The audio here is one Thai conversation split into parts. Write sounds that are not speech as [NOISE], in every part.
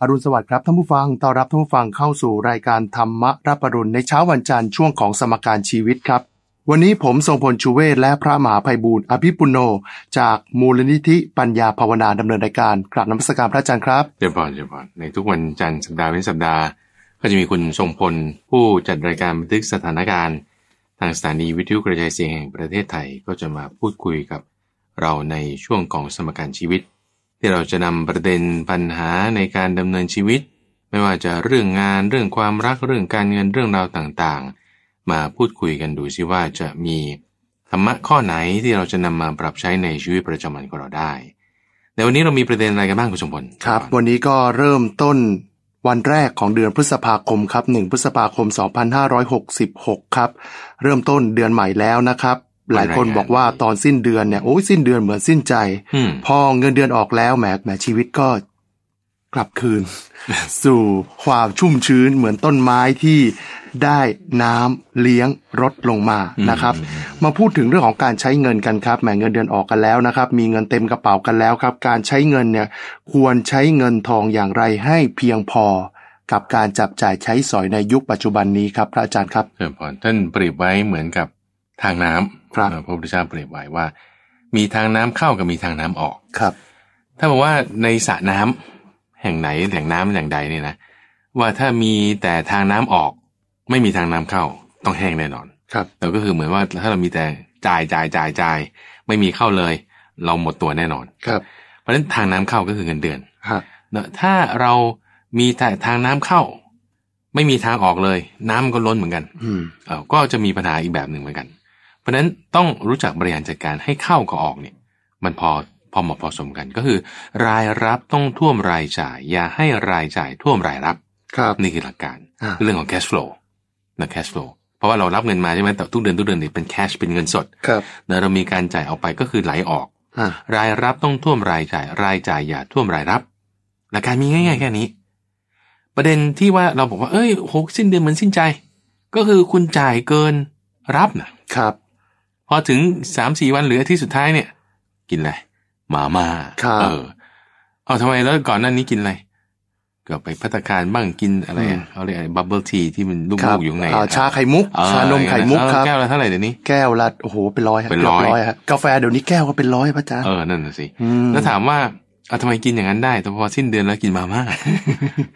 อรุณสวัสดิ์ครับท่านผู้ฟัง ต้อนรับท่านผู้ฟังเข้าสู่รายการธรรมรับปรุณในเช้าวันจันทร์ช่วงของสมการชีวิตครับ วันนี้ผมทรงพลชูเวศและพระมหาภัยบูรณ์อภิปุโน จากมูลนิธิปัญญาภาวนาดำเนินรายการกราบนมัสการพระอาจารย์ครับ เดี๋ยวก่อนเดี๋ยวก่อนในทุกวันจันทร์สัปดาห์เว้นสัปดาห์ ก็จะมีคุณทรงพล ผู้จัดรายการบันทึกสถานการณ์ ทางสถานีวิทยุกระจายเสียงแห่งประเทศไทยก็จะมาพูดคุยกับเราในช่วงของสมการชีวิต ที่เราจะนำประเด็นปัญหาในการดำเนินชีวิต ไม่ว่าจะเรื่องงานเรื่องความรักเรื่องการเงินเรื่องราวต่างๆ มาพูดคุยกันดูซิว่าจะมีธรรมะข้อไหนที่เราจะนำมาปรับใช้ในชีวิตประจำวันของเราได้ในวันนี้เรามีประเด็นอะไรกันบ้างคุณสมพล ครับ วันนี้ก็เริ่มต้นวันแรกของเดือนพฤษภาคมครับ1พฤษภาคม 2566 ครับ เริ่มต้นเดือนใหม่แล้วนะครับ หลายคนบอกว่าตอนสิ้นเดือนเนี่ยโอ้ยสิ้นเดือนเหมือนสิ้นใจ อืม พอเงินเดือนออกแล้วแหมแหมชีวิตก็กลับคื [LAUGHS] น สู่ความชุ่มชื้นเหมือนต้นไม้ที่ได้น้ำเลี้ยงรดลงมานะครับ มาพูดถึงเรื่องของการใช้เงินกันครับแหมเงินเดือนออกกันแล้วนะครับ มีเงินเต็มกระเป๋ากันแล้วครับ การใช้เงินเนี่ยควรใช้เงินทองอย่างไรให้เพียงพอ กับการจับจ่ายใช้สอยในยุคปัจจุบันนี้ครับ พระอาจารย์ครับ เจริญพรท่านเปรียบไว้เหมือนกับทางน้ำ ครับ เออพระพุทธเจ้าเปรียบไว้ว่า มีทางน้ำเข้ากับมีทางน้ำออก ครับ ถ้าบอกว่าในสระน้ำแห่งไหนแหล่งน้ำแหล่งใดเนี่ยนะว่าถ้ามีแต่ทางน้ำออก ไม่มีทางน้ำเข้าต้องแห้งแน่นอน ครับ แต่ก็คือเหมือนว่าถ้าเรามีแต่จ่ายจ่ายจ่ายจ่ายไม่มีเข้าเลย เราหมดตัวแน่นอน ครับ เพราะฉะนั้นทางน้ำเข้าก็คือเงินเดือน ฮะ เนอะถ้าเรามีแต่ทางน้ำเข้า ไม่มีทางออกเลย น้ำก็ล้นเหมือนกัน อืม เอ่อก็จะมีปัญหาอีกแบบหนึ่งเหมือนกัน เพราะฉะนั้นต้องรู้จักบริหารจัดการให้เข้ากับออกเนี่ย มันพอพอเหมาะพอสมกันก็คือ รายรับต้องท่วมรายจ่าย อย่าให้รายจ่ายท่วมรายรับ ครับ นี่คือหลักการ อ่า เรื่องของ cash flow นะ cash flow เพราะว่าเรารับเงินมาใช่ไหมแต่ทุกเดือนทุกเดือนเนี่ยเป็น cash เป็นเงินสด ครับ นะเรามีการจ่ายออกไปก็คือไหลออก อ่าร ายรับต้องท่วมรายจ่าย รายจ่ายอย่าท่วมรายรับหลักการมีง่ายๆแค่นี้ ประเด็นที่ว่าเราบอกว่าเอ้ยโหสิ้นเดือนเหมือนสิ้นใจ ก็คือคุณจ่ายเกินรับนะครับ พอถึงสามสี่วันเหลือที่สุดท้ายเนี่ย กินอะไรมาม่า ครับ เออเอาทำไมแล้วก่อนหน้านี้กินอะไรก็ไปพัตตาคารบ้างกินอะไร อื อะ ม เขาเรียกอะไรบับเบิลทีที่มันลู ครับ กๆอยู่ข้างใน อ่าชาไข่มุก เออ ชานมไข่มุกครับ แก้วละเท่าไหร่เดี๋ยวนี้ แก้วละโอ้โหเป็นร้อยฮะ เป็นร้อย กืบฮะกาแฟเดี๋ยวนี้แก้วก็เป็นร้อยพระอาจารย์ เออนั่นน่ะสิ ม แล้วถามว่าเอาทำไมกินอย่างนั้นได้ แต่พอสิ้นเดือนแล้วกินมาม่ [LAUGHS] า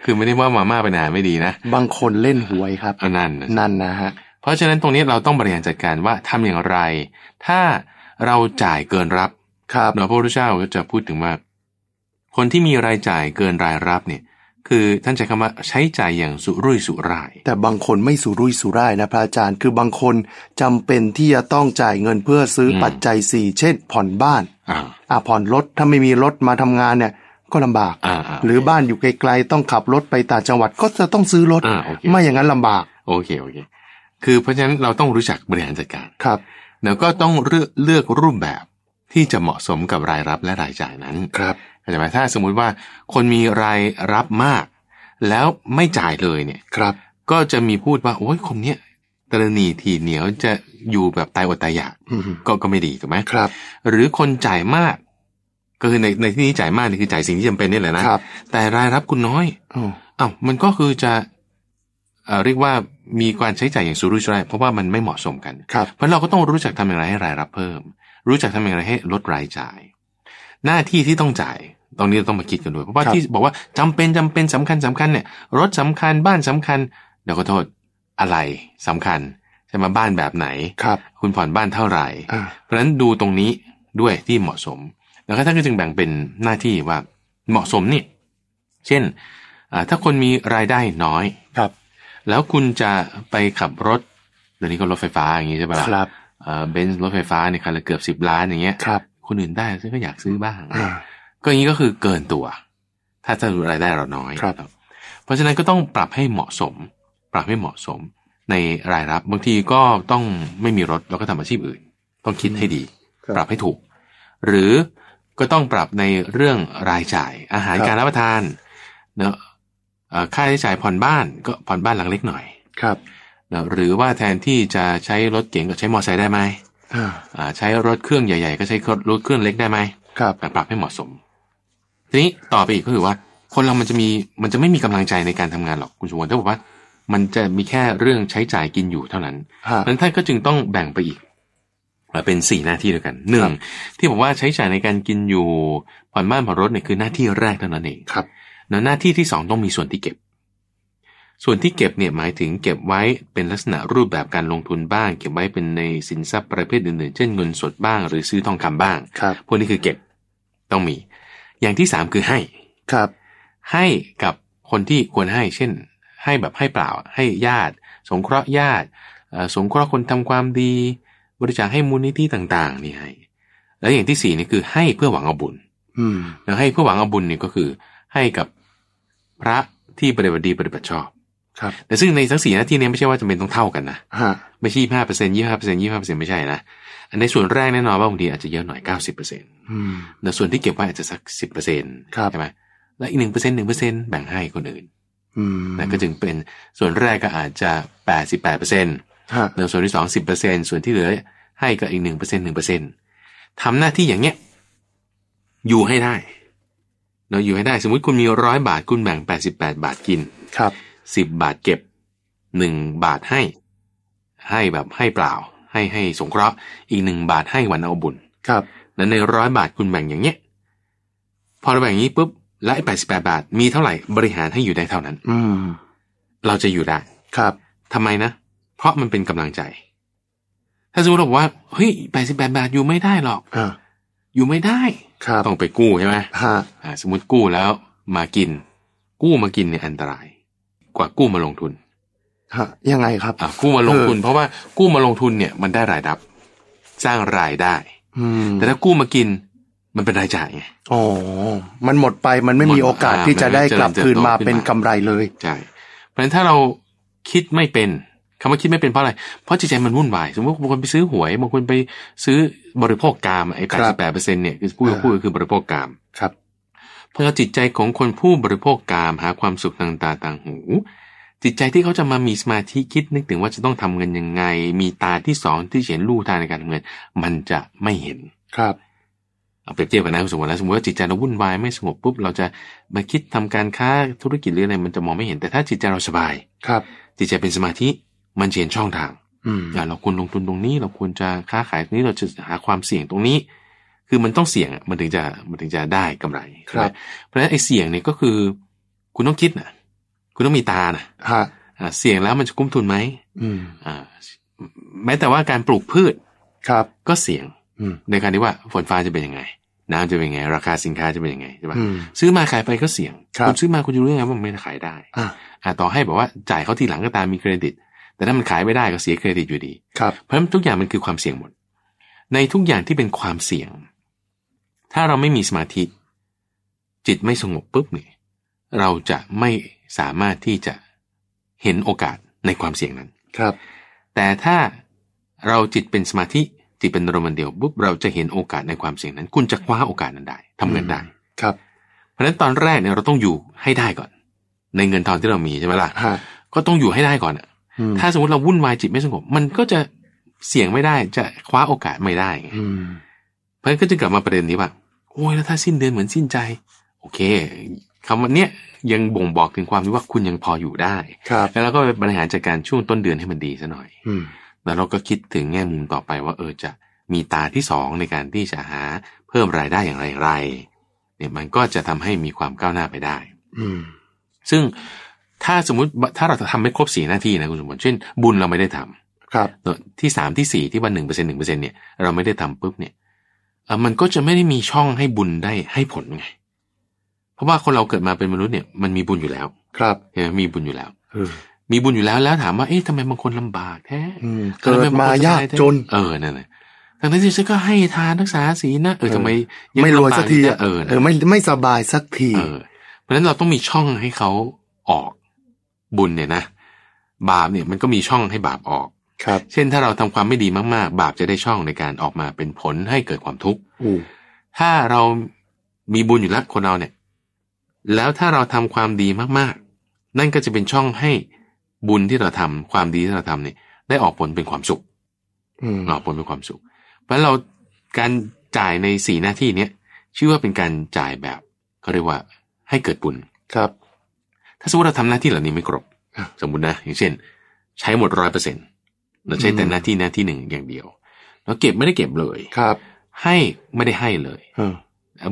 คือไม่ได้ว่ามาม่าเป็นอาหารไม่ดีนะ บางคนเล่นหวยครับ เอานั่นนะ นั่นนะฮะ เพราะฉะนั้นตรงนี้เราต้องบริหารจัดการว่าทำอย่างไร ถ้าเราจ่ายเกินรับ ครับ เนาะพระพุทธเจ้าก็จะพูดถึงว่า คนที่มีรายจ่ายเกินรายรับเนี่ย คือท่านใช้คำว่าใช้จ่ายอย่างสุรุ่ยสุร่าย แต่บางคนไม่สุรุ่ยสุร่ายนะพระอาจารย์ คือบางคนจำเป็นที่จะต้องจ่ายเงินเพื่อซื้ออ ม ปัจจัยสี่เช่น ผ่อนบ้าน อ่า อ่ะผ่อนรถถ้าไม่มีรถมาทำงานเนี่ย ก็ลำบาก อ่าอ่า หรือบ้านอยู่ไกลๆต้องขับรถไปต่างจังหวัดก็จะต้องซื้อรถ อ่าโอเค ไม่อย่างนั้นลำบาก โอเคโอเค คือเพราะฉะนั้นเราต้องรู้จักบริหารจัดการ ครับ แล้วก็ต้องเลือกเลือกรูปแบบที่จะเหมาะสมกับรายรับและรายจ่ายนั้น ครับ เข้าใจไหมถ้าสมมุติว่าคนมีรายรับมาก แล้วไม่จ่ายเลยเนี่ย ครับ ก็จะมีพูดว่าโอ้ยคนเนี้ยตระหนีทีเหนียวจะอยู่แบบตายอดตายอยาก อืม ก็ก็ไม่ดีถูกไหม ครับ หรือคนจ่ายมาก ก็คือในในที่นี้จ่ายมากนี่คือจ่ายสิ่งที่จำเป็นนี่แหละนะครับแต่รายรับคุณน้อย อืม อ้าวมันก็คือจะเอ่อเรียกว่ามีการใช้จ่ายอย่างสุรุ่ยสุร่ายเพราะว่ามันไม่เหมาะสมกัน ครับ เพราะเราก็ต้องรู้จักทำอย่างไรให้รายรับเพิ่ม รู้จักทำอย่างไรให้ลดรายจ่าย หน้าที่ที่ต้องจ่าย ตรงนี้เราต้องมาคิดกันด้วยเพราะว่าที่บอกว่าจำเป็นจำเป็นสำคัญสำคัญเนี่ยรถสำคัญบ้านสำคัญเดี๋ยวก็โทษอะไรสำคัญใช่ไหมบ้านแบบไหน ครับ คุณผ่อนบ้านเท่าไหร่ อ่า เพราะฉะนั้นดูตรงนี้ด้วยที่เหมาะสม แล้วก็ท่านก็จึงแบ่งเป็นหน้าที่ว่าเหมาะสมนี่เช่นอ่าถ้าคนมีรายได้น้อย ครับ แล้วคุณจะไปขับรถเดี๋ยวนี้ก็รถไฟฟ้าอย่างนี้ใช่ปะล่ะ ครับ เบนซ์รถไฟฟ้าเนี่ยคันละเกือบสิบ10 ล้านอย่างเงี้ย ครับ คนอื่นได้ฉันก็อยากซื้อบ้าง อ่า ก็อย่างนี้ก็คือเกินตัว ถ้าจะรายได้เราน้อย ครับ เพราะฉะนั้นก็ต้องปรับให้เหมาะสม ปรับให้เหมาะสมในรายรับบางทีก็ต้องไม่มีรถแล้วก็ทำอาชีพอื่น ต้องคิดให้ดี ปรับให้ถูก หรือก็ต้องปรับในเรื่องรายจ่ายอาหาร ครับ การรับประทานเนอะเอ่อค่าใช้จ่ายผ่อนบ้านก็ผ่อนบ้านหลังเล็กหน่อย ครับ เนอะหรือว่าแทนที่จะใช้รถเก๋งก็ใช้มอเตอร์ไซค์ได้ไหม อ่า อ่าใช้รถเครื่องใหญ่ๆ ก็ใช้รถเครื่องเล็กได้ไหม ครับ แต่ปรับให้เหมาะสม ทีนี้ต่อไปอีกก็คือว่า คนเรามันจะมีมันจะไม่มีกำลังใจในการทำงานหรอกคุณสุวรรณถ้าบอกว่า มันจะมีแค่เรื่องใช้จ่ายกินอยู่เท่านั้น ฮะ นั้นท่านก็จึงต้องแบ่งไปอีกมาเป็นสี่หน้าที่ด้วยกันหนึ่ ครั ง บ ที่บอกว่าใช้จ่ายในการกินอยู่ผ่อนบ้านผ่อนรถเนี่ยคือหน้าที่แรกเท่านั้นเอง ครับ แล้วหน้าที่ที่สองต้องมีส่วนที่เก็บ ส่วนที่เก็บเนี่ยหมายถึงเก็บไว้เป็นลักษณะรูปแบบการลงทุนบ้าง เก็บไว้เป็นในสินทรัพย์ประเภทอื่นๆ เช่นเงินสดบ้าง หรือซื้อทองคำบ้าง ครับ พวกนี้คือเก็บต้องมี อย่างที่สามคือให้ ครับ ให้กับคนที่ควรให้ เช่น ให้แบบให้เปล่า ให้ญาติ สงเคราะห์ญาติเอ่อสงเคราะห์คนทำความดี บริจาคให้มูลนิธิต่างๆนี่ให้ แล้วอย่างที่สี่นี่คือให้เพื่อหวังเอาบุญ อืม แล้วให้เพื่อหวังเอาบุญเนี่ยก็คือให้กับพระที่ปฏิบัติดีปฏิบัติชอบ ครับ แต่ซึ่งในทั้งสี่หน้าที่เนี้ไม่ใช่ว่าจำเป็นต้องเท่ากันนะ ฮะ ไม่ใช่ห้าเปอร์เซ็นต์ยี่ห้าเปอร์เซ็นต์ยี่ห้าเปอร์เซ็นต์ไม่ใช่นะ อันในส่วนแรกแน่นอนว่าบางทีอาจจะเยอะหน่อยเก้าสิบเปอร์เซ็นต์ อืม แต่ส่วนที่เก็บไว้อาจจะสักสิบเปอร์เซ็นต์ ครับ ใช่ไหมและอีกหนึ่งเปอร์เซ็นต์หนึ่งเปอร์เซ็นต์แบ่งให้คนอื่น อืม นะก็จึงเป็นส่วนแรกก็อาจจะแปดสิบแปดเปอร์เซ็นต์ ฮะ ส่วนที่สองสิบเปอร์เซ็นต์ส่วนที่เหลือให้ก็อีกหนึ่งเปอร์เซ็นต์หนึ่งเปอร์เซ็นต์ทำหน้าที่อย่างเนี้ยอยู่ให้ได้เนาะอยู่ให้ได้สมมติคุณมีร้อยบาทคุณแบ่งแปดสิบแปดบาทกิน ครับ สิบบาทเก็บหนึ่งบาทให้ ให้แบบให้เปล่า ให้ให้สงเคราะห์อีกหนึ่งบาทให้หวันเอาบุญ ครับ นั้นในร้อยบาทคุณแบ่งอย่างเนี้ยพอเราแบ่งอย่างนี้ปุ๊บและไอ้แปดสิบแปดบาทมีเท่าไหร่บริหารให้อยู่ได้เท่านั้น อืม เราจะอยู่ได้ ครับ ทำไมนะ เพราะมันเป็นกำลังใจ ถ้าสมมติเราบอกว่าเฮ้ยแปดสิบแปดบาทอยู่ไม่ได้หรอก อ่า อยู่ไม่ได้ ครับ ต้องไปกู้ใช่ไหม ฮะ อ่าสมมติกู้แล้วมากิน กู้มากินเนี่ยอันตราย กว่ากู้มาลงทุน ฮะยังไงครับ อ่ากู้มาลงทุน เออ เพราะว่ากู้มาลงทุนเนี่ยมันได้รายรับ สร้างรายได้ อืม แต่ถ้ากู้มากินมันเป็นรายจ่ายไง อ๋อมันหมดไปมันไม่มี หมด โอกาส อ่า ที่จะ มันไม่ ได้กลับ เจริญเติบ คืน โต มา ขึ้น เป็น มา กำไรเลย ใช่เพราะฉะนั้นถ้าเราคิดไม่เป็นคำว่าคิดไม่เป็นเพราะอะไร เพราะจิตใจมันวุ่นวาย สมมติบางคนไปซื้อหวยบางคนไปซื้อบริโภคกามไอ้แปดสิบแปดเปอร์เซ็นต์เนี่ยคือพูดพูดก็คือบริโภคกาม ครับ พอจิตใจของคนผู้บริโภคกามหาความสุขทางตาต่างหู จิตใจที่เขาจะมามีสมาธิคิดนึกถึงว่าจะต้องทำเงินยังไง มีตาที่สองที่เห็นลู่ทางในการทำเงิน มันจะไม่เห็น ครับ เอาเปรียบเทียบกันนะคุณสมมตินะสมมติว่าจิตใจเราวุ่นวายไม่สงบปุ๊บเราจะมาคิดทำการค้าธุรกิจหรืออะไรมันจะมองไม่เห็นแต่ถ้าจิตใจเราสบาย ครับ จิตใจเป็นสมาธิมันจะเห็นช่องทาง อืม อ่ะเราควรลงทุนตรงนี้เราควรจะค้าขายตรงนี้เราจะหาความเสี่ยงตรงนี้ คือมันต้องเสี่ยงอ่ะมันถึงจะมันถึงจะได้กำไรใช่ไหมเพราะฉะนั้นไอ้เสี่ยงเนี่ยก็คือ คุณต้องคิดนะคุณต้องมีตานะ ฮะ อ่ะเสี่ยงแล้วมันจะคุ้มทุนไหม อืม อ่าแม้แต่ว่าการปลูกพืช ครับ ก็เสี่ยง อืม ในการที่ว่าฝนฟ้าจะเป็นยังไง น้ำจะเป็นยังไง ราคาสินค้าจะเป็นยังไงใช่ปะ อืม ซื้อมาขายไปก็เสี่ยง ครับ ณซื้อมาคุณจะรู้ยังไงว่ามันไม่ขายได้ อ่ะ อ่ะต่อให้แบบว่าจ่ายเขาทีหลังก็ตามมีเครดิต แต่ถ้ามันขายไม่ได้ก็เสียเครดิตอยู่ดี ครับ เพราะฉะนั้นทุกอย่างมันคือความเสี่ยงหมด ในทุกอย่างที่เป็นความเสี่ยง ถ้าเราไม่มีสมาธิ จิตไม่สงบปุ๊บเนี่ยเราจะไม่สามารถที่จะเห็นโอกาสในความเสี่ยงนั้น ครับ แต่ถ้าเราจิตเป็นสมาธิจิตเป็นอารมณ์อันเดียวปุ๊บเราจะเห็นโอกาสในความเสี่ยงนั้น คุณจะคว้าโอกาสนั้นได้ทำเงินได้ ครับ เพราะฉะนั้นตอนแรกเนี่ยเราต้องอยู่ให้ได้ก่อน ในเงินทองที่เรามีใช่ไหมล่ะ ฮะ ก็ต้องอยู่ให้ได้ก่อนอะ อืม ถ้าสมมติเราวุ่นวายจิตไม่สงบ มันก็จะเสี่ยงไม่ได้จะคว้าโอกาสไม่ได้ไง อืม เพราะฉะนั้นก็จึงกลับมาประเด็นนี้ว่าโอ้ยแล้วถ้าสิ้นเดือนเหมือนสิ้นใจ โอเคคำว่าเนี้ยยังบ่งบอกถึงความที่ว่าคุณยังพออยู่ได้ ครับ แล้วเราก็ไปบริหารจัดการช่วงต้นเดือนให้มันดีซะหน่อย อืม แล้วเราก็คิดถึงแง่มุมต่อไปว่าเออจะมีตาที่สองในการที่จะหาเพิ่มรายได้อย่างไรอย่างไรเนี่ยมันก็จะทำให้มีความก้าวหน้าไปได้ อืม ซึ่งถ้าสมมติถ้าเราทำไม่ครบสี่หน้าที่นะคุณสมบัติเช่น บุญเราไม่ได้ทำ ครับ ที่สามที่สี่ที่ว่าหนึ่งเปอร์เซ็นหนึ่งเปอร์เซ็นเนี่ยเราไม่ได้ทำปุ๊บเนี่ยเอ่อมันก็จะไม่ได้มีช่องให้บุญได้ให้ผลไง เพราะว่าคนเราเกิดมาเป็นมนุษย์เนี่ยมันมีบุญอยู่แล้ว ครับ เห็นไหมมีบุญอยู่แล้ว เออ มีบุญอยู่แล้วแล้วถามว่าเอ๊ะทำไมบางคนลำบากแท้ อืม เกิดมายากจน เออนั่นแหละทั้งนั้นที่ฉันก็ให้ทานรักษาศีลนะเออทำไมง ไม่รวยสักที ลำบา อะ เออ เออ ไม่ ไม่สบายสักที เออ เพราะฉะนั้นเราต้องมีช่องให้เขาออกบุญเนี่ยนะ บาปเนี่ยมันก็มีช่องให้บาปออก ครับ เช่นถ้าเราทำความไม่ดีมากๆ บาปจะได้ช่องในการออกมาเป็นผลให้เกิดความทุกข์ อู้ ถ้าเรามีบุญอยู่แล้วคนเราเนี่ย แล้วถ้าเราทำความดีมากๆ นั่นก็จะเป็นช่องให้บุญที่เราทำความดีที่เราทำเนี่ยได้ออกผลเป็นความสุข อืม ออกผลเป็นความสุข เพราะฉะนั้นเราการจ่ายในสีหน้าที่เนี้ยชื่อว่าเป็นการจ่ายแบบเขาเรียกว่าให้เกิดบุญ ครับ ถ้าสมมติเราทำหน้าที่เหล่านี้ไม่ครบ ครับ สมมตินะ อย่างเช่น ใช้หมดร้อยเปอร์เซ็นต์เราใช้แต่หน้าที่หน้าที่หนึ่งอย่างเดียว เราเก็บไม่ได้เก็บเลย ครับ ให้ไม่ได้ให้เลย เออ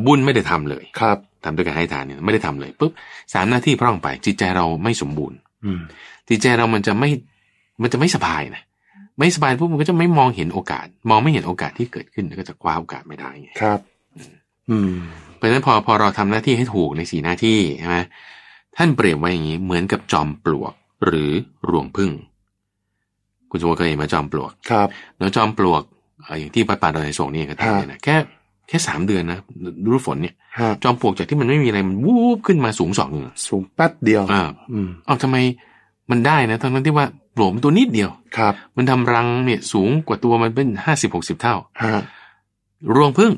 บุญไม่ได้ทำเลย ครับ ทำด้วยการให้ทานเนี่ยไม่ได้ทำเลยปุ๊บสามหน้าที่พร่องไป จิตใจเราไม่สมบูรณ์ อืม จิตใจเรามันจะไม่มันจะไม่สบายนะไม่สบายปุ๊บมันก็จะไม่มองเห็นโอกาส มองไม่เห็นโอกาสที่เกิดขึ้นแล้วก็จะคว้าโอกาสไม่ได้ไง ครับ อืม เพราะฉะนั้นพอพอเราทำหน้าที่ให้ถูกในสีหน้าที่ใช่ไหมท่านเปรียบไว้อย่างนี้เหมือนกับจอมปลวกหรือรวงพึ่ง คุณสมบูรณ์เคยเห็นไหมาจอมปลวก ครับ แล้วจอมปลวกเอ่ออย่างที่วัดป่าดอนไนโศกนี่ก็ทำเนี่ยนะแค่แค่สามเดือนนะฤดูฝนเนี่ย ฮะ จอมปลวกจากที่มันไม่มีอะไรมันวูบขึ้นมาสูงสองเงอ สูงแป๊บเดียว อ่า อืม เอาทำไมมันได้นะทั้งนั้นที่ว่าปลวกมันตัวนิดเดียว ครับ มันทำรังเนี่ยสูงกว่าตัวมันเป็นห้าสิบหกสิบเท่า ฮะ รวงพึ่ง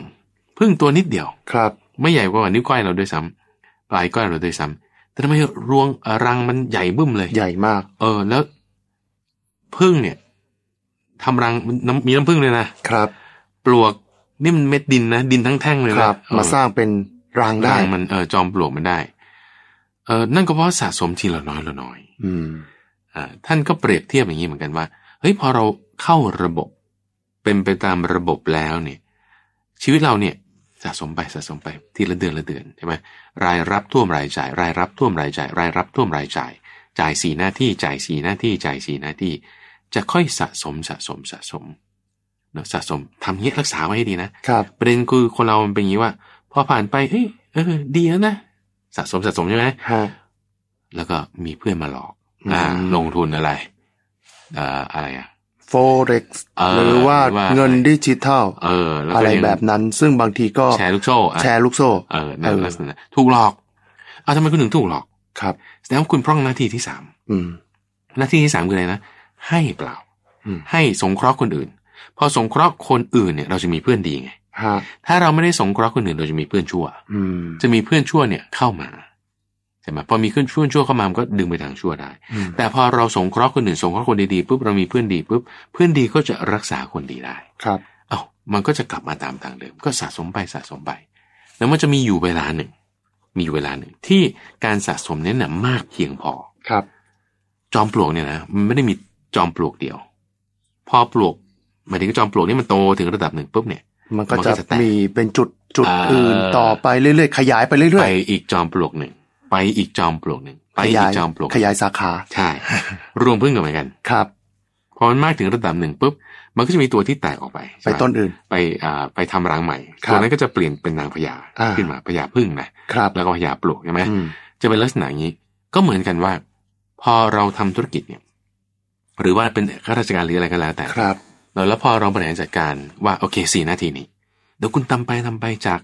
พึ่งตัวนิดเดียว ครับ ไม่ใหญ่กว่านิ้วก้อยเราด้วยซ้ำปลายก้อยเราด้วยซ้ำแต่ทำไมรวงเอ่อรังมันใหญ่บึ้มเลย ใหญ่มาก เออแล้วพึ่งเนี่ยทำรังมันน้ำมีน้ำพึ่งเลยนะครับปลวกนี่มันเม็ดดินนะดินทั้งแท่งเลย ค นะ รับ เออ มาสร้างเป็นรางได้ รังมันเออจอมปลวกมันได้ เออนั่นก็เพราะสะสมทีละน้อยละน้อย อืม อ่าท่านก็เปรียบเทียบอย่างนี้เหมือนกันว่าเฮ้ยพอเราเข้าระบบ เป็นไปตามระบบแล้วเนี่ย ชีวิตเราเนี่ยสะสมไปสะสมไปทีละเดือนละเดือนใช่ไหมรายรับท่วมรายจ่าย รายรับท่วมรายจ่าย รายรับท่วมรายจ่าย จ่ายสี่หน้าที่จ่ายสี่หน้าที่จ่ายสี่หน้าที่ จะค่อยสะสมสะสมสะสมเนาะสะสมทำเงี้ยรักษาไว้ให้ดีนะครับ ประเด็นคือคนเรามันเป็นอย่างนี้ว่า พอผ่านไปเอ้ยเออดีแล้วนะสะสมสะสมใช่ไหม ฮะ แล้วก็มีเพื่อนมาหลอก อืม อ่าลงทุนอะไรอ่าอะไรอ่ะ โฟเร็กซ์ เออ หรือว่า หรือว่า เงินดิจิทัล เออแล้ว อะ ก็ ไร ยัง แบบนั้น ซึ่งบางทีก็ แชร์ลูกโซ่อ่ะ แชร์ลูกโซ่ เออใน เออ ลักษณะถูกหลอกเอาทำไมคุณถึงถูกหลอก ครับ แสดงว่าคุณพร่องหน้าที่ที่สาม อืม หน้าที่ที่สามคืออะไรนะ ให้เปล่า อืม ให้สงเคราะห์คนอื่น พอสงเคราะห์คนอื่นเนี่ยเราจะมีเพื่อนดีไง ฮะ ถ้าเราไม่ได้สงเคราะห์คนอื่นเราจะมีเพื่อนชั่ว อืม จะมีเพื่อนชั่วเนี่ยเข้ามาใช่ไหมพอมีเพื่อนชั่วชั่วเข้ามามันก็ดึงไปทางชั่วได้ อืม แต่พอเราสงเคราะห์คนอื่นสงเคราะห์คนดีๆปุ๊บเรามีเพื่อนดีปุ๊บเพื่อนดีก็จะรักษาคนดีได้ ครับ เอ้ามันก็จะกลับมาตามทางเดิม ก็สะสมไปสะสมไป แล้วมันจะมีอยู่เวลาหนึ่ง มีอยู่เวลาหนึ่งที่การสะสมเนี่ยนะมากเพียงพอ ครับ จอมปลวกเนี่ยนะมันไม่ได้มีจอมปลวกเดียว พอปลวกหมายถึงจอมปลวกนี่มันโตถึงระดับหนึ่งปุ๊บเนี่ย มันก็ มันก็ จะ จะแตก มีเป็นจุดจุด อ่า อื่นต่อไปเรื่อยๆ ขยายไปเรื่ ไป อย อีกจอมปลวกหนึ่งไปอีกจอมปลวกหนึ่ง ๆ ไป ข อี ยาย กจอมปลวก ขยายสาขา ใช่ รวมพึ่งกันเหมือนกัน ครับ พอมันมากถึงระดับหนึ่งปุ๊บมันก็จะมีตัวที่แตกออกไป ไป ใช่หม ต้นอื่น ไปอ่าไปทำรังใหม่ ครับ ตัวนั้นก็จะเปลี่ยนเป็นนางพญา อ่า ขึ้นมาพญาพึ่งนะครับ แล้วก็พญาปลวกใช่ไหม อืม จะเป็นลักษณะอย่างนี้ก็เหมือนกันว่า พอเราทำธุรกิจเนี่ย หรือว่าเป็นข้าราชการหรืออะไรก็แล้วแต่ ครับ แล้วแล้วพอเราบริหารจัดการว่าโอเคสี่นาทีนี้เดี๋ยวคุณทำไปทำไปจาก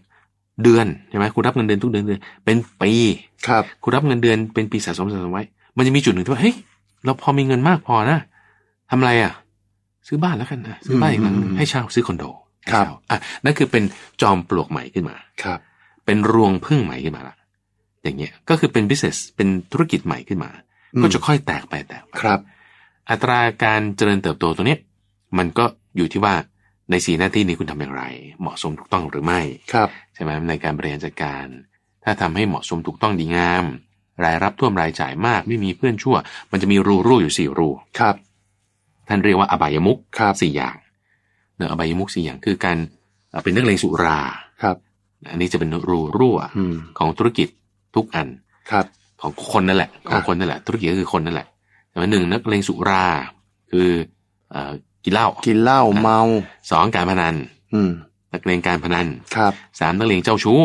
เดือนใช่ไหมคุณรับเงินเดือนทุกเดือนเดือนเป็นปี ครับ คุณรับเงินเดือนเป็นปีสะสมสะสมไว้ มันจะมีจุดหนึ่งที่ว่าเฮ้ยเราพอมีเงินมากพอนะทำอะไรอ่ะ ซื้อบ้านแล้วกันนะซื้อบ้านอีกหลังหนึ่ง อืม ให้เช่าซื้อคอนโดให้ ครั เช่า บ อ่ะนั่นคือเป็นจอมปลวกใหม่ขึ้นมา ครับ เป็นรวงพึ่งใหม่ขึ้นมาละอย่างเงี้ยก็คือเป็น business เป็นธุรกิจใหม่ขึ้นมา อืม ก็จะค่อยแตกไปแตกไป ครับ อัตราการเจริญเติบโตตัวเนี้ยมันก็อยู่ที่ว่าในสีหน้าที่นี้คุณทำอย่างไร เหมาะสมถูกต้องหรือไม่ ครับ ใช่ไหมในการบริหารจัดการ ถ้าทำให้เหมาะสมถูกต้องดีงาม รายรับท่วมรายจ่ายมากไม่มีเพื่อนชั่ว มันจะมีรูรั่วอยู่สี่รู ครับ ท่านเรียกว่าอบายมุก ครับ สี่อย่างเนอะอบายมุกสี่อย่างคือการเอ่อเป็นนักเลงสุรา ครับ อันนี้จะเป็นรูรั่ว อืม ของธุรกิจทุกอัน ครับ ของคนนั่นแหละ ของ อ่ะ คนนั่นแหละ ธุรกิจก็คือคนนั่นแหละแต่ว่าหนึ่งนักเลงสุรา คือเอ่อกินเหล้า กินเหล้าเมา สองการพนัน อืม นักเลงการพนัน ครับ สามนักเลงเจ้าชู้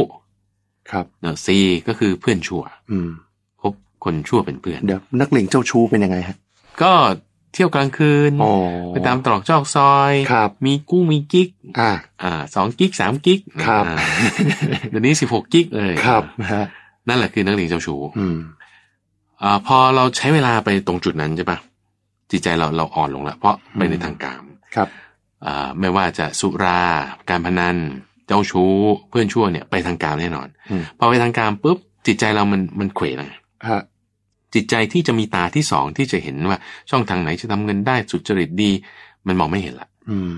ครับ เนอะสี่ก็คือเพื่อนชั่ว อืม คบคนชั่วเป็นเพื่อน เดี๋ยวนักเลงเจ้าชู้เป็นยังไงฮะ ก็เที่ยวกลางคืน อ๋อ ไปตามตรอกจอกซอย ครับ มีกู้มีกิ๊ก อ่า อ่าสองกิ๊กสามกิ๊ก ครับ อ่า [LAUGHS] เดี๋ยวนี้สิบหกกิ๊กเลย ครับฮะ นั่นแหละคือนักเลงเจ้าชู้ อืม อาพอเราใช้เวลาไปตรงจุดนั้นใช่ปะจิตใจเราเราอ่อนลงละเพราะไปใน อืม ทางกาม ครับ อ่าไม่ว่าจะสุรา การพนัน เจ้าชู้ เพื่อนชั่วเนี่ยไปทางกามแน่นอน อืม พอไปทางกามปุ๊บจิตใจเรามันมันเขวนะ ฮะ จิตใจที่จะมีตาที่สองที่จะเห็นว่าช่องทางไหนจะทำเงินได้สุจริตดี มันมองไม่เห็นละ อืม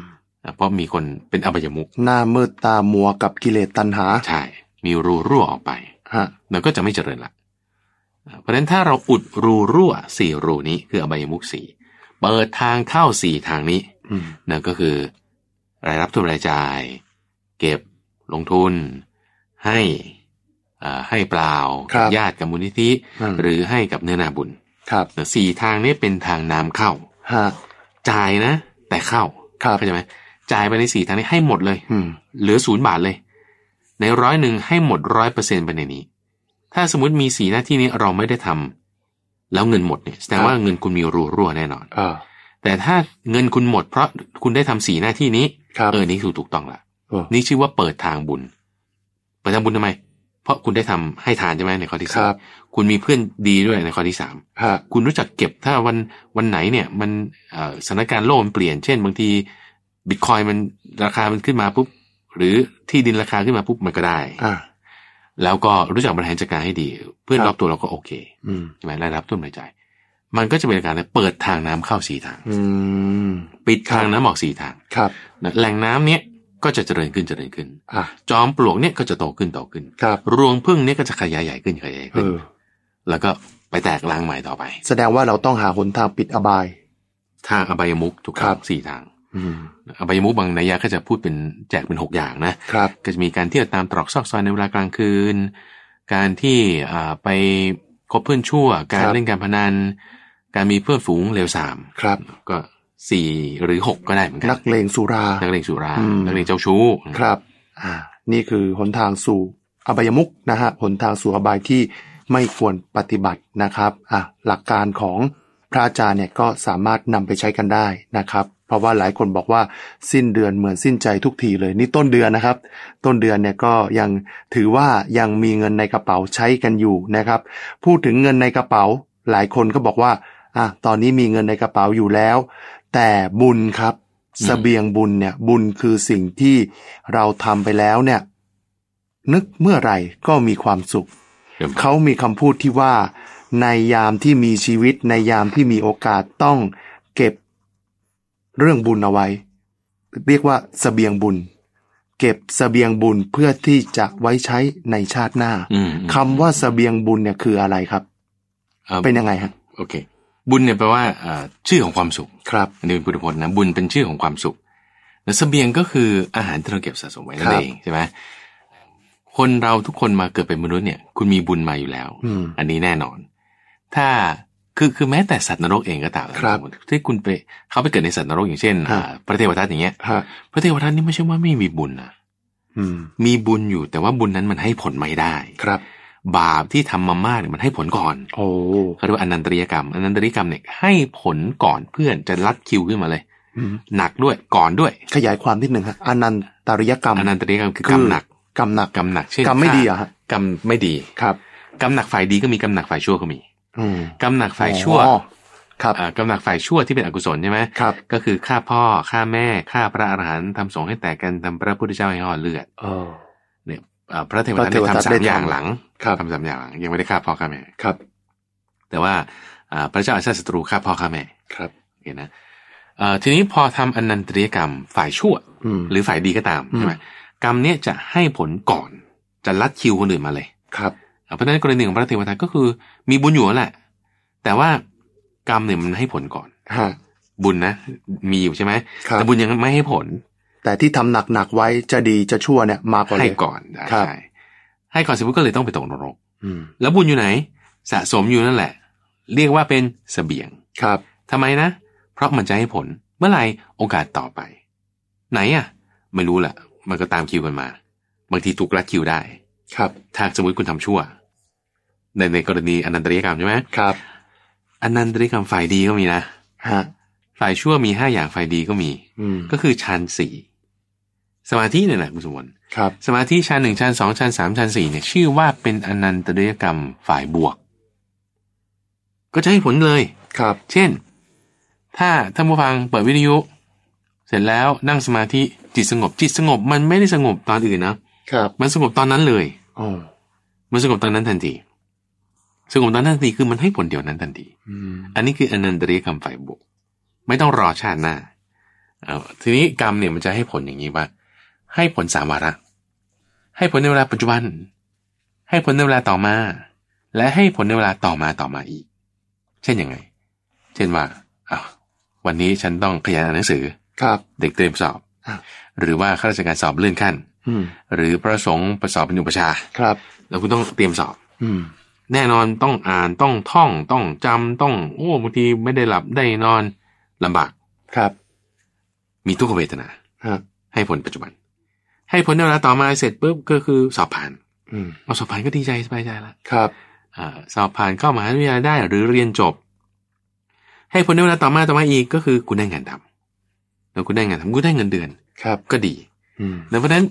อ่ะเพราะมีคนเป็นอบายมุก หน้ามืดตามัวกับกิเลสตัณหา ใช่ มีรูรั่วออกไป ฮะ เราก็จะไม่เจริญละ เพราะฉะนั้นถ้าเราอุดรูรั่วสี่รูนี้คืออบายมุกสี่เปิดทางเข้าสี่ทางนี้ อืม นั่นก็คือ รายรับทุนรายจ่าย เก็บลงทุน ให้เอ่อให้เปล่า ครับ ญาติกับมูลนิธิ อืม หรือให้กับเนื้อนาบุญ ครับ แต่สี่ทางนี้เป็นทางน้ำเข้า ฮะ จ่ายนะ แต่เข้า ครับ เข้าใจไหมจ่ายไปในสี่ทางนี้ให้หมดเลย อืม เหลือศูนย์บาทเลย ในร้อยหนึ่งให้หมดร้อยเปอร์เซ็นต์ไปในนี้ ถ้าสมมติมีสีหน้าที่นี้เราไม่ได้ทำแล้วเงินหมดเนี่ยแสดงว่าเงินคุณมีรูรั่วแน่นอน เออ แต่ถ้าเงินคุณหมดเพราะคุณได้ทำสีหน้าที่นี้ ครับ เออนี่คือถูกต้องละ โอ้ นี่ชื่อว่าเปิดทางบุญเปิดทางบุญทำไม เพราะคุณได้ทำให้ทานใช่ไหมในข้อที่ ค สา รั ม บ คุณมีเพื่อนดีด้วยในข้อที่สาม ฮะ คุณรู้จักเก็บถ้าวันวันไหนเนี่ยมันเอ่อสถานการณ์โลกมันเปลี่ยน เช่น บางทีบิตคอยมันราคามันขึ้นมาปุ๊บหรือที่ดินราคาขึ้นมาปุ๊บมันก็ได้ อ่า แล้วก็รู้จักบริหารจัดการให้ดี เพื่อน ครับ รอบตัวเราก็โอเค อืม ใช่ไหมรายรับต้นรายจ่ายมันก็จะเป็นการเปิดทางน้ำเข้าสีทาง อืม ปิด ครับ ทางน้ำออกสีทาง ครับ นะแหล่งน้ำเนี้ยก็จะเจริญขึ้นเจริญขึ้น อ่ะ จอมปลวกเนี่ยก็จะโตขึ้นโตขึ้น ครับ รวงพึ่งเนี่ยก็จะขยายใหญ่ขึ้นขยายใหญ่ เอ ขึ้น อ แล้วก็ไปแตกรังใหม่ต่อไป แสดงว่าเราต้องหาหนทางปิดอบาย ทางอบายมุกถูกค ครั รับบ สี่ทาง อืม อบายมุกบางนัยยะก็จะพูดเป็นแจกเป็นหกอย่างนะครับ ก็จะมีการเที่ยวตามตรอกซอกซอยในเวลากลางคืน การที่อ่าไปคบเพื่อนชั่ว การ ครับ เล่นการพนัน การมีเพื่อนฝูงเลวสาม ครับ ก็สี่หรือหกก็ได้เหมือนกั นักเลงสุรา นักเลงสุรา อืม นักเลงเจ้าชู้ ครับ อ่า นี่คือหนทางสู่อบายมุกนะฮะ หนทางสู่อบายที่ไม่ควรปฏิบัตินะครับ อ่ะ หลักการของพระอาจารย์เนี่ยก็สามารถนำไปใช้กันได้นะครับ เพราะว่าหลายคนบอกว่าสิ้นเดือนเหมือนสิ้นใจทุกทีเลย นี่ต้นเดือนนะครับ ต้นเดือนเนี่ยก็ยังถือว่ายังมีเงินในกระเป๋าใช้กันอยู่นะครับ พูดถึงเงินในกระเป๋า หลายคนก็บอกว่า อ่ะ ตอนนี้มีเงินในกระเป๋าอยู่แล้ว แต่บุญครับ เสบียงบุญเนี่ย บุญคือสิ่งที่เราทำไปแล้วเนี่ย นึกเมื่อไหร่ก็มีความสุข เดี๋ยว เขามีคำพูดที่ว่า ในยามที่มีชีวิต ในยามที่มีโอกาสต้องเก็บเรื่องบุญเอาไว้ เรียกว่าเสบียงบุญ เก็บเสบียงบุญเพื่อที่จะไว้ใช้ในชาติหน้า อืมอืม คำว่าเสบียงบุญเนี่ยคืออะไรครับ อ่า เป็นยังไงฮะ โอเค บุญเนี่ยแปลว่าอ่าชื่อของความสุข ครับ อันนี้เป็นพุทธพจน์นะบุญเป็นชื่อของความสุขแล้วเสบียงก็คืออาหารที่เราเก็บสะสมไว้นั่ ครั น บ เองใช่ไหมคนเราทุกคนมาเกิดเป็นมนุษย์เนี่ยคุณมีบุญมาอยู่แล้ว อืม อันนี้แน่นอน ถ้าคือคือแม้แต่สัตว์นรกเองก็ตามนะครับที่คุณไปเขาไปเกิดในสัตว์นรกอย่างเช่น ครับ อ่าพระเทวทัตอย่างเงี้ย ฮะ พระเทวทัตนี่ไม่ใช่ว่าไม่มีบุญนะ อืม มีบุญอยู่แต่ว่าบุญนั้นมันให้ผลไม่ได้ ครับ บาปที่ทำมามากเนี่ยมันให้ผลก่อน โอ้ เขาเรียกว่าอนันตริยกรรมอนันตริยกรรมเนี่ยให้ผลก่อนเพื่อนจะรัดคิวขึ้นมาเลย อืม หนักด้วยก่อนด้วย ขยายความนิดหนึ่งฮะอนันตริยกรรม อนันตริยกรรมคือกรรมหนัก กรรมหนัก กรรมหนักเช่น กรรมไม่ ฆ่า ดีเหรอะฮะ กรรมไม่ดี ครับ กรรมหนักฝ่ายดีก็มีกรรมหนักฝ่ายชั่วก็มี อืม กรรมหนักฝ่ายชั่ว อ๋อครับ อ่ากรรมหนักฝ่ายชั่วที่เป็นอกุศลใช่ไหม ครับ ก็คือฆ่าพ่อฆ่าแม่ฆ่าพระอรหันต์ทำสงฆ์ให้แตกกันทำพระพุทธเจ้าให้ห่อเลือด เออ อ่าพระเทวพทัตระเท ได้ วทัต ทำสา ได้ มอย่าง ทำ หลัง ครับ ทำสามอย่างหลังยังไม่ได้ฆ่าพ่อฆ่าแม่ ครับ แต่ว่าอ่าพระเจ้าอาชาติศัตรูฆ่าพ่อฆ่าแม่ ครับ โอเคนะเอ่อทีนี้พอทำอนันตริยกรรมฝ่ายชั่ว อืม หรือฝ่ายดีก็ตาม อืม ใช่ไหมกรรมเนี้ยจะให้ผลก่อนจะลัดคิวคนอื่นมาเลย ครับ อ่ะเพราะฉะนั้นกรณีของพระเทวทัตก็คือมีบุญอยู่แหละ แต่ว่ากรรมเนี่ยมันให้ผลก่อน ฮะ บุญนะ มีอยู่ใช่ไหม ครับ แต่บุญยังไม่ให้ผล แต่ที่ทำหนักหนักๆไว้จะดีจะชั่วเนี่ยมาก่อนเล ให้ ย ก่อนได้ ครับ ใช่ให้ก่อนเสร็จปุ๊บก็เลยต้องไปตกนรก อืม แล้วบุญอยู่ไหน สะสมอยู่นั่นแหละ เรียกว่าเป็นเสบียง ครับ ทำไมนะ เพราะมันจะให้ผลเมื่อไหร่โอกาสต่อไป ไหนอ่ะ ไม่รู้แหละมันก็ตามคิวกันมา บางทีถูกลัดคิวได้ ครับ ถ้าสมมติคุณทำชั่ว ในในกรณีอนันตริยกรรมใช่ไหม ครับ อนันตริยกรรมฝ่ายดีก็มีนะ ฮะ ฝ่ายชั่วมีห้าอย่างฝ่ายดีก็มี อืม ก็คือฌานสี่สมาธิเนี่ยแหละคุณสมบัติ ครับ สมาธิฌานหนึ่งฌานสองฌานสามฌานสี่เนี่ยชื่อว่าเป็นอนันตริยกรรมฝ่ายบวก ก็จะให้ผลเลย ครับ เช่น ถ้าท่านผู้ฟังเปิดวิทยุ เสร็จแล้วนั่งสมาธิจิตสงบ จิตสงบมันไม่ได้สงบตอนอื่นนะครับมันสงบตอนนั้นเลย อ๋อ มันสงบตอนนั้นทันทีสงบตอนนั้นทันทีคือมันให้ผลเดี๋ยวนั้นทันที อืม อันนี้คืออนันตริยกรรมฝ่ายบุคไม่ต้องรอชาติหน้าเอาทีนี้กรรมเนี่ยมันจะให้ผลอย่างนี้ว่า ให้ผลสามวาระ ให้ผลในเวลาปัจจุบัน ให้ผลในเวลาต่อมา และให้ผลในเวลาต่อมาต่อมาอีก เช่นยังไง เช่นว่าอ้าววันนี้ฉันต้องขยันอ่านหนังสือ ครับ เด็กเตรียมสอบ ครับ หรือว่าข้าราชการสอบเลื่อนขั้น อืม หรือพระสงฆ์ประสอบเป็นอุปชฌาย์ ครับ แล้วคุณต้องเตรียมสอบ อืม แน่นอนต้องอ่านต้องท่องต้องจำต้อง โอ้บางทีไม่ได้หลับได้นอนลำบาก ครับ มีทุกขเวทนา ฮะ ให้ผลปัจจุบัน ให้ผลในเวลาต่อมาเสร็จปุ๊บก็คือสอบผ่าน อืม เอาสอบผ่านก็ดีใจสบายใจละ ครับ อ่าสอบผ่านเข้ามหาวิทยาลัยได้หรือเรียนจบ ให้ผลในเวลาต่อมาต่อมาอีกก็คือคุณได้งานทำแล้วคุณได้งานทำคุณได้เงินเดือน ครับ ก็ดี อืม ดังนั้น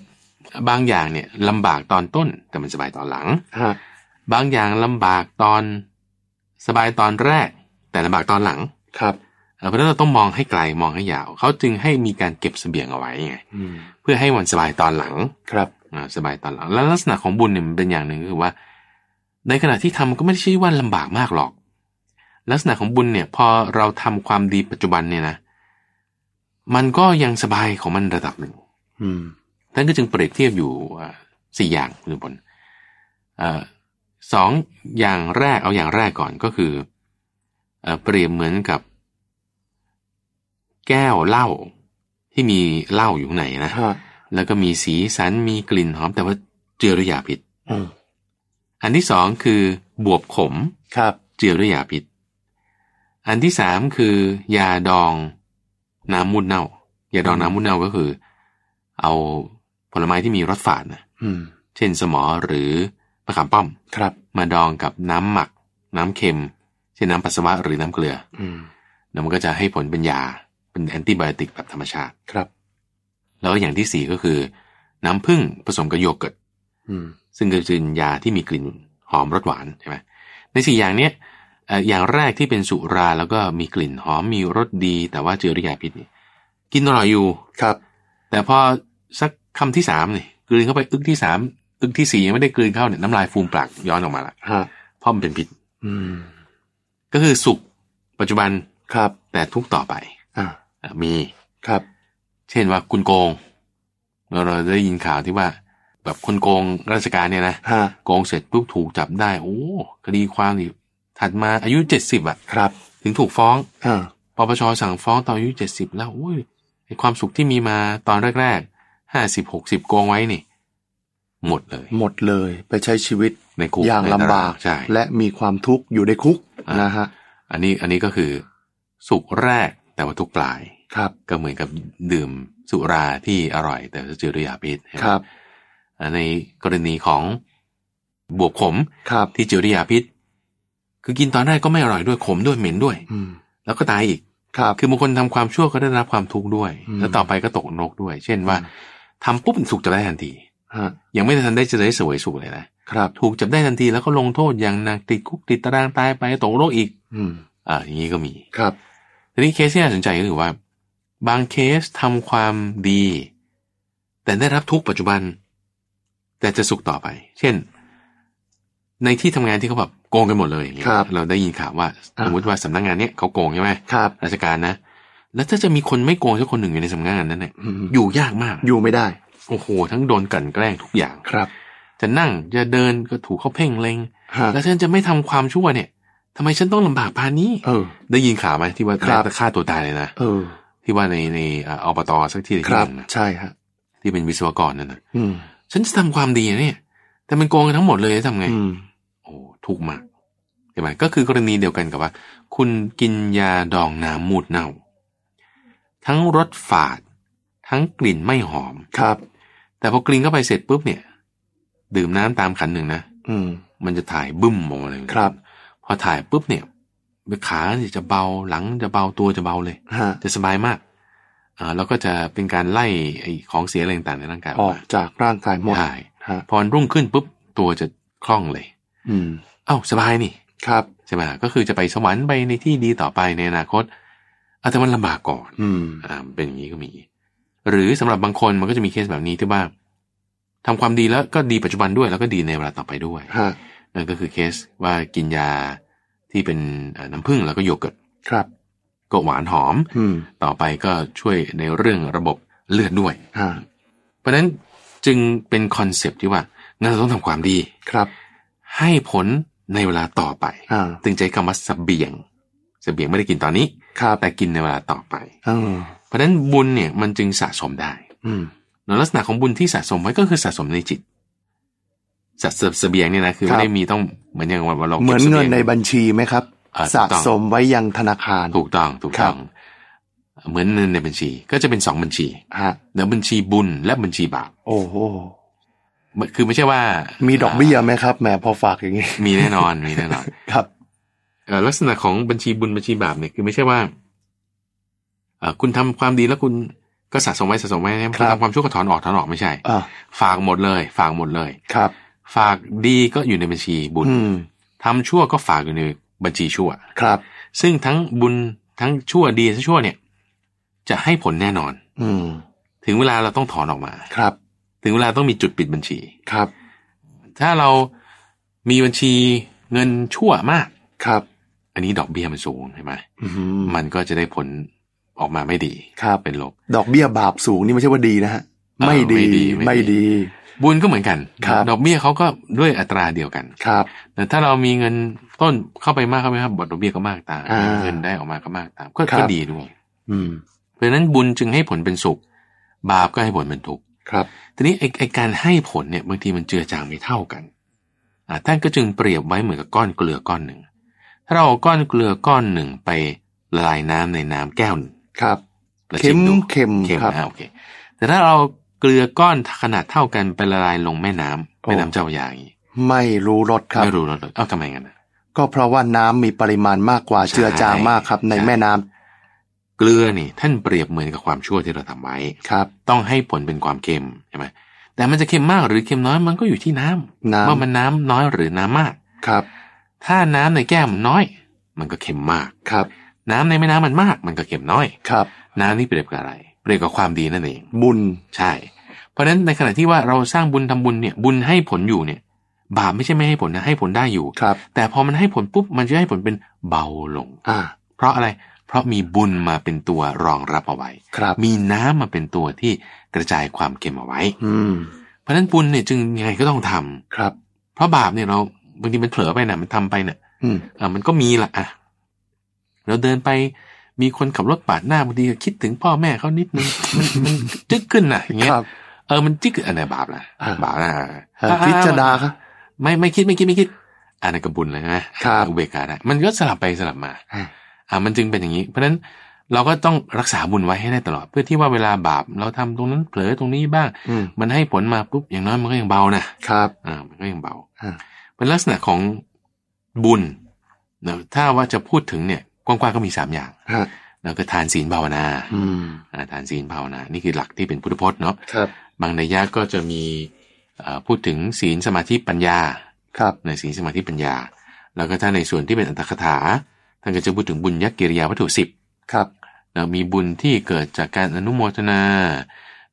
บางอย่างเนี่ยลำบากตอนต้นแต่มันสบายตอนหลัง ฮะ บางอย่างลำบากตอนสบายตอนแรก แต่ลำบากตอนหลัง ครับ เอ่อเพราะฉะนั้นเราต้องมองให้ไกลมองให้ยาวเขาจึงให้มีการเก็บเสบียงเอาไว้ไง อืม เพื่อให้วันสบายตอนหลัง ครับ อ่าสบายตอนหลัง แล้วลักษณะของบุญเนี่ยมันเป็นอย่างหนึ่งคือว่า ในขณะที่ทำก็ไม่ได้ใช่ว่าลำบากมากหรอก ลักษณะของบุญเนี่ยพอเราทำความดีปัจจุบันเนี่ยนะ มันก็ยังสบายของมันระดับหนึ่ง อืม ท่านก็จึงเปรียบเทียบอยู่อ่าสี่อย่างคุณสมพลเอ่อสองอย่างแรกเอาอย่างแรกก่อนก็คือเอ่อเปรียบเหมือนกับ แก้วเหล้าที่มีเหล้าอยู่ข้างในนะ ฮะ แล้วก็มีสีสันมีกลิ่นหอมแต่ว่าเจือด้วยยาพิษ อืม อันที่สองคือบวบขม ครับ เจือด้วยยาพิษ อันที่สามคือยาดองน้ำมูดเน่ายาดองน้ำมูดเน่าก็คือ เอาผลไม้ที่มีรสฝาดนะ อืม เช่นสมอหรือมะขามป้อม ครับ มาดองกับน้ำหมัก น้ำเค็ม เช่นน้ำปัสสาวะหรือน้ำเกลือ อืม แล้วมันก็จะให้ผลเป็นยา เป็นแอนติไบโอติกแบบธรรมชาติ ครับ แล้วอย่างที่สี่ก็คือ น้ำผึ้งผสมกับโยเกิร์ต อืม ซึ่งก็จะเป็นยาที่มีกลิ่นหอมรสหวานใช่ไหมในสี่อย่างเนี้ยเอ่ออย่างแรกที่เป็นสุราแล้วก็มีกลิ่นหอมมีรสดี แต่ว่าเจือด้วยยาพิษนี่กินอร่อยอยู่ ครับ แต่พอสักคำที่สามนี่กลืนเข้าไปอึกที่สามอึกที่สี่ยังไม่ได้กลืนเข้าเนี่ยน้ำลายฟูมปากย้อนออกมาละ ฮะ เพราะมันเป็นพิษ อืม ก็คือสุขปัจจุบัน ครับ แต่ทุกข์ต่อไป อ่า อ่ะมี ครับ เช่นว่าคุณโกง เราเราได้ยินข่าวที่ว่า แบบคนโกงราชการเนี่ยนะ ฮะ โกงเสร็จปุ๊บถูกจับได้ โอ้คดีความนี่ถัดมาอายุเจ็ดสิบอ่ะ ครับ ถึงถูกฟ้อง อ่า ปปชสั่งฟ้องตอนอายุเจ็ดสิบแล้วอุ้ยไอความสุขที่มีมาตอนแรกๆห้าสิบหกสิบโกงไว้นี่ หมดเลย หมดเลยไปใช้ชีวิต ในคุก อย่าง ในตร ลำบาก ใช่ และมีความทุกข์อยู่ในคุก อ่าน นะฮะ อันนี้อันนี้ก็คือสุขแรกแต่ว่าทุกข์ปลาย ครับ ก็เหมือนกับดื่มสุราที่อร่อย แต่จะเจือด้วยยาพิษใช่ไหม ครับ อ่าในกรณีของบวบขม ครับ ที่เจือด้วยยาพิษ คือกินตอนแรกก็ไม่อร่อยด้วยขมด้วยเหม็นด้วย อืม แล้วก็ตายอีก ครับ คือบางคนทำความชั่วก็ได้รับความทุกข์ด้วย อืม แล้วต่อไปก็ตกนรกด้วย เช่นว่า อืม ทำปุ๊บถูกจับได้ทันที ฮะ ยังไม่ทันได้เจะได้สวยสุขเลยนะครับ ถูกจับได้ทันทีแล้วก็ลงโทษอย่างหนักติดคุกติดตารางตายไปตกนรกอีก อืม อ่าอย่างนี้ก็มี ครับ ทีนี้เคสที่น่าสนใจก็คือว่า บางเคสทำความดี แต่ได้รับทุกข์ปัจจุบัน แต่จะสุขต่อไป เช่น ในที่ทำงานที่เขาแบบโกงกันหมดเลยอย่างเงี้ย ครับ เราได้ยินข่าวว่า อ่า สมมติว่าสำนักงงานเนี้ยเขาโกงใช่ไหม ครับ ราชการนะ แล้วถ้าจะมีคนไม่โกงสักคนหนึ่งอยู่ในสำนักงานนั้นเนี่ย อืม อยู่ยากมาก อยู่ไม่ได้ โอ้โหทั้งโดนกลั่นแกล้งทุกอย่าง ครับ จะนั่งจะเดินก็ถูกเขาเพ่งเล็ง ฮะ แล้วฉันจะไม่ทำความชั่วเนี่ยทำไมฉันต้องลำบากพานนี้ เออ ได้ยินข่าวไหมที่ว่า ครับ แม่จะฆ่าตัวตายเลยนะ เออ ที่ว่าในในเอ่ออบตสักที่ ค ที่ รั ห บ นึ่งนะ ใช่ฮะ ที่เป็นวิศวกรนั่นนะ อืม ฉันจะทำความดีนะเนี่ย แต่มันโกงกันทั้งหมดเลยจะทำไง อืม โอ้ถูกมากใช่ไหมก็คือกรณีเดียวกันกับว่า คุณกินยาดองน้ำมูดเน่า ทั้งรสฝาด ทั้งกลิ่นไม่หอม ครับ แต่พอกลิ่นเข้าไปเสร็จปุ๊บเนี่ย ดื่มน้ำตามขันหนึ่งนะ อืม มันจะถ่ายบึ้มออกมาเลย ครับ พอถ่ายปุ๊บเนี่ยขาเนี่ยจะเบาหลังจะเบาตัวจะเบาเลย ฮะ จะสบายมาก อ่าแล้วก็จะเป็นการไล่ไอ้ของเสียอะไรต่างๆในร่างกายอ อ ออกกจากร่างกายหม มา ด ใช่ ฮะ พอวันรุ่งขึ้นปุ๊บตัวจะคล่องเลย อืม เอ้าสบายนี่ ครับ ใช่ไหมก็คือจะไปสวรรค์ไปในที่ดีต่อไปในอนาคตอาแต่มันลำบากก่อน อืม อ่าเป็นอย่างนี้ก็มี หรือสำหรับบางคนมันก็จะมีเคสแบบนี้ที่ว่าทำความดีแล้วก็ดีปัจจุบันด้วยแล้วก็ดีในเวลาต่อไปด้วย ฮะ นั่นก็คือเคสว่ากินยาที่เป็นเอ่อน้ำผึ้งแล้วก็โยเกิร์ต ครับ ก็หวานหอม อืม ต่อไปก็ช่วยในเรื่องระบบเลือดด้วย ฮะ เพราะฉะนั้นจึงเป็นคอนเซปต์ที่ว่างั้นเราต้องทำความดี ครับ ให้ผล ในเวลาต่อไป อ่า ถึงใช้คำว่าเสบียง เสบียงไม่ได้กินตอนนี้ ครับ แต่กินในเวลาต่อไป เออ เพราะฉะนั้นบุญเนี่ยมันจึงสะสมได้ อืม เนอะลักษณะของบุญที่สะสมไว้ก็คือสะสมในจิตสะสมเสบียงเนี่ยนะคือ ครับ ไม่ได้มีต้องเหมือนอย่างวันวันเราก็บ เหมือนเงิน สบีย ในบัญชีไหมครับ อ่าถูกต้ สะ อง สมไว้ยังธนาคาร ถูกต้องถูกต้อง ครั เหมือนเงินในบัญชีก็จะเป็นสองบัญชี ฮะ เดี๋ยวบัญชีบุญและบัญชีบาป โอ้โห มันคือไม่ใช่ว่า มี มี ดอกเบี้ยไหมครับแหมพอฝากอย่างนี้ [LAUGHS] มีแน่นอนมีแน่นอน ครับ เอ่อลักษณะของบัญชีบุญบัญชีบาปเนี่ยคือไม่ใช่ว่าเอ่อคุณทำความดีแล้วคุณก็สะสมไว้สะสมไว้นะ ครั คุ บ ณทำความชั่วก็ถอนออกถอนออกไม่ใช่ อ่า ฝากหมดเลย ฝากหมดเลย ครับ ฝากดีก็อยู่ในบัญชีบุญ อืม ทำชั่วก็ฝากอยู่ในบัญชีชั่ว ครับ ซึ่งทั้งบุญทั้งชั่วดีทั้งชั่วเนี่ย จะให้ผลแน่นอน อืม ถึงเวลาเราต้องถอนออกมา ครับ ถึงเวลาต้องมีจุดปิดบัญชี ครับ ถ้าเรามีบัญชีเงินชั่วมาก ครับ อันนี้ดอกเบี้ยมันสูงใช่ไหม อืม มันก็จะได้ผลออกมาไม่ดี ครับ เป็นลบ ดอกเบี้ยบาปสูงนี่ไม่ใช่ว่าดีนะฮะ เออ ไม่ดี ไม่ดีไม่ ไม่ ดี ดี บุญก็เหมือนกัน ครับ ดอกเบี้ยเขาก็ด้วยอัตราเดียวกัน ครับ แต่ถ้าเรามีเงินต้นเข้าไปมากเข้าไปมากบทดอกเบี้ยก็มากตาม อ่า เงินได้ออกมาก็มากตามก็ ครั ก็ บ ดีด้วย อืม เพราะฉะนั้นบุญจึงให้ผลเป็นสุข บาปก็ให้ผลเป็นทุกข์ ครับ ทีนี้ไอ้ไอ้การให้ผลเนี่ยบางทีมันเจือจางไม่เท่ากันอ่าท่านก็จึงเปรียบไว้เหมือนกับก้อนเกลือก้อนหนึ่ง ถ้าเราเอาก้อนเกลือก้อนหนึ่งไปละลายน้ำในน้ำแก้วหนึ่ง ครับ แล้ว เข็ ชิ ม ดู เข็ม เค็ม ครับ อ่าโอเค แต่ถ้าเราเกลือก้อนขนาดเท่ากันไปละลายลงแม่น้ำ โอ้ แม่น้ำเจ้าพระยาอย่างนี้ ไม่รู้รสครับ ไม่รู้รสเลยเอ้าทำไมงั้นน่ะ ก็เพราะว่าน้ำมีปริมาณมากกว่า ใช่ เจือจางมากครับ ใน ใช่ แม่น้ำ เกลือนี่ท่านเปรียบเหมือนกับความชั่วที่เราทำไว้ ครับ ต้องให้ผลเป็นความเค็มใช่ไหมแต่มันจะเค็มมากหรือเค็มน้อยมันก็อยู่ที่น้ำ น้ำ ว่ามันน้ำน้อยหรือน้ำมาก ครับ ถ้าน้ำในแก้วมันน้อย มันก็เค็มมาก ครับ น้ำในแม่น้ำมันมาก มันก็เค็มน้อย ครับ น้ำนี่เปรียบกับอะไร เปรียบกับความดีนั่นเอง บุญ ใช่ เพราะฉะนั้นในขณะที่ว่าเราสร้างบุญทำบุญเนี่ยบุญให้ผลอยู่เนี่ย บาปไม่ใช่ไม่ให้ผลนะให้ผลได้อยู่ ครับ แต่พอมันให้ผลปุ๊บมันจะให้ผลเป็นเบาลง อ่า เพราะอะไร เพราะมีบุญมาเป็นตัวรองรับเอาไว้ ครับ มีน้ำมาเป็นตัวที่กระจายความเค็มเอาไว้ อืม เพราะฉะนั้นบุญเนี่ยจึงยังไงก็ต้องทำ ครับ เพราะบาปเนี่ยเราบางทีมันเผลอไปนะมันทำไปเนี่ย อืม อ่ะมันก็มีละอ่ะเราเดินไปมีคนขับรถปาดหน้าบางทีก็คิดถึงพ่อแม่เขานิดนึงมันมันจึ๊กขึ้นนะอย่างเงี้ ค ย รับ เออ มันจิกอันไหนบาปนะ อ่า บาปนะ เอ่อ อ่ พิจารณาครับ ไม่ไม่คิดไม่คิดไม่คิดอันนั้นกบุญเลยนะครับ อุเบกขานะมันก็สลับไปสลับมา อ่า อ่ามันจึงเป็นอย่างนี้ เพราะฉะนั้นเราก็ต้องรักษาบุญไว้ให้ได้ตลอด เพื่อที่ว่าเวลาบาปเราทำตรงนั้นเผลอตรงนี้บ้าง อืม มันให้ผลมาปุ๊บอย่างน้อยมันก็ยังเบานะครับ อ่ามันก็ยังเบา อ่า เป็นลักษณะของบุญนะถ้าว่าจะพูดถึงเนี่ยกว้างๆก็มีสามอย่าง ฮะ นะคือทานศีลภาวนา อืม อ่าทานศีลภาวนา นี่คือหลักที่เป็นพุทธพจน์เนาะ ครับ บางนัยยะก็จะมีเอ่อพูดถึงศีลสมาธิปัญญา ครับ ในศีลสมาธิปัญญา แล้วก็ถ้าในส่วนที่เป็นอัตถกถาท่านก็จะพูดถึงบุญยกิริยาวัตถุสิบ ครับ แล้วมีบุญที่เกิดจากการอนุโมทนา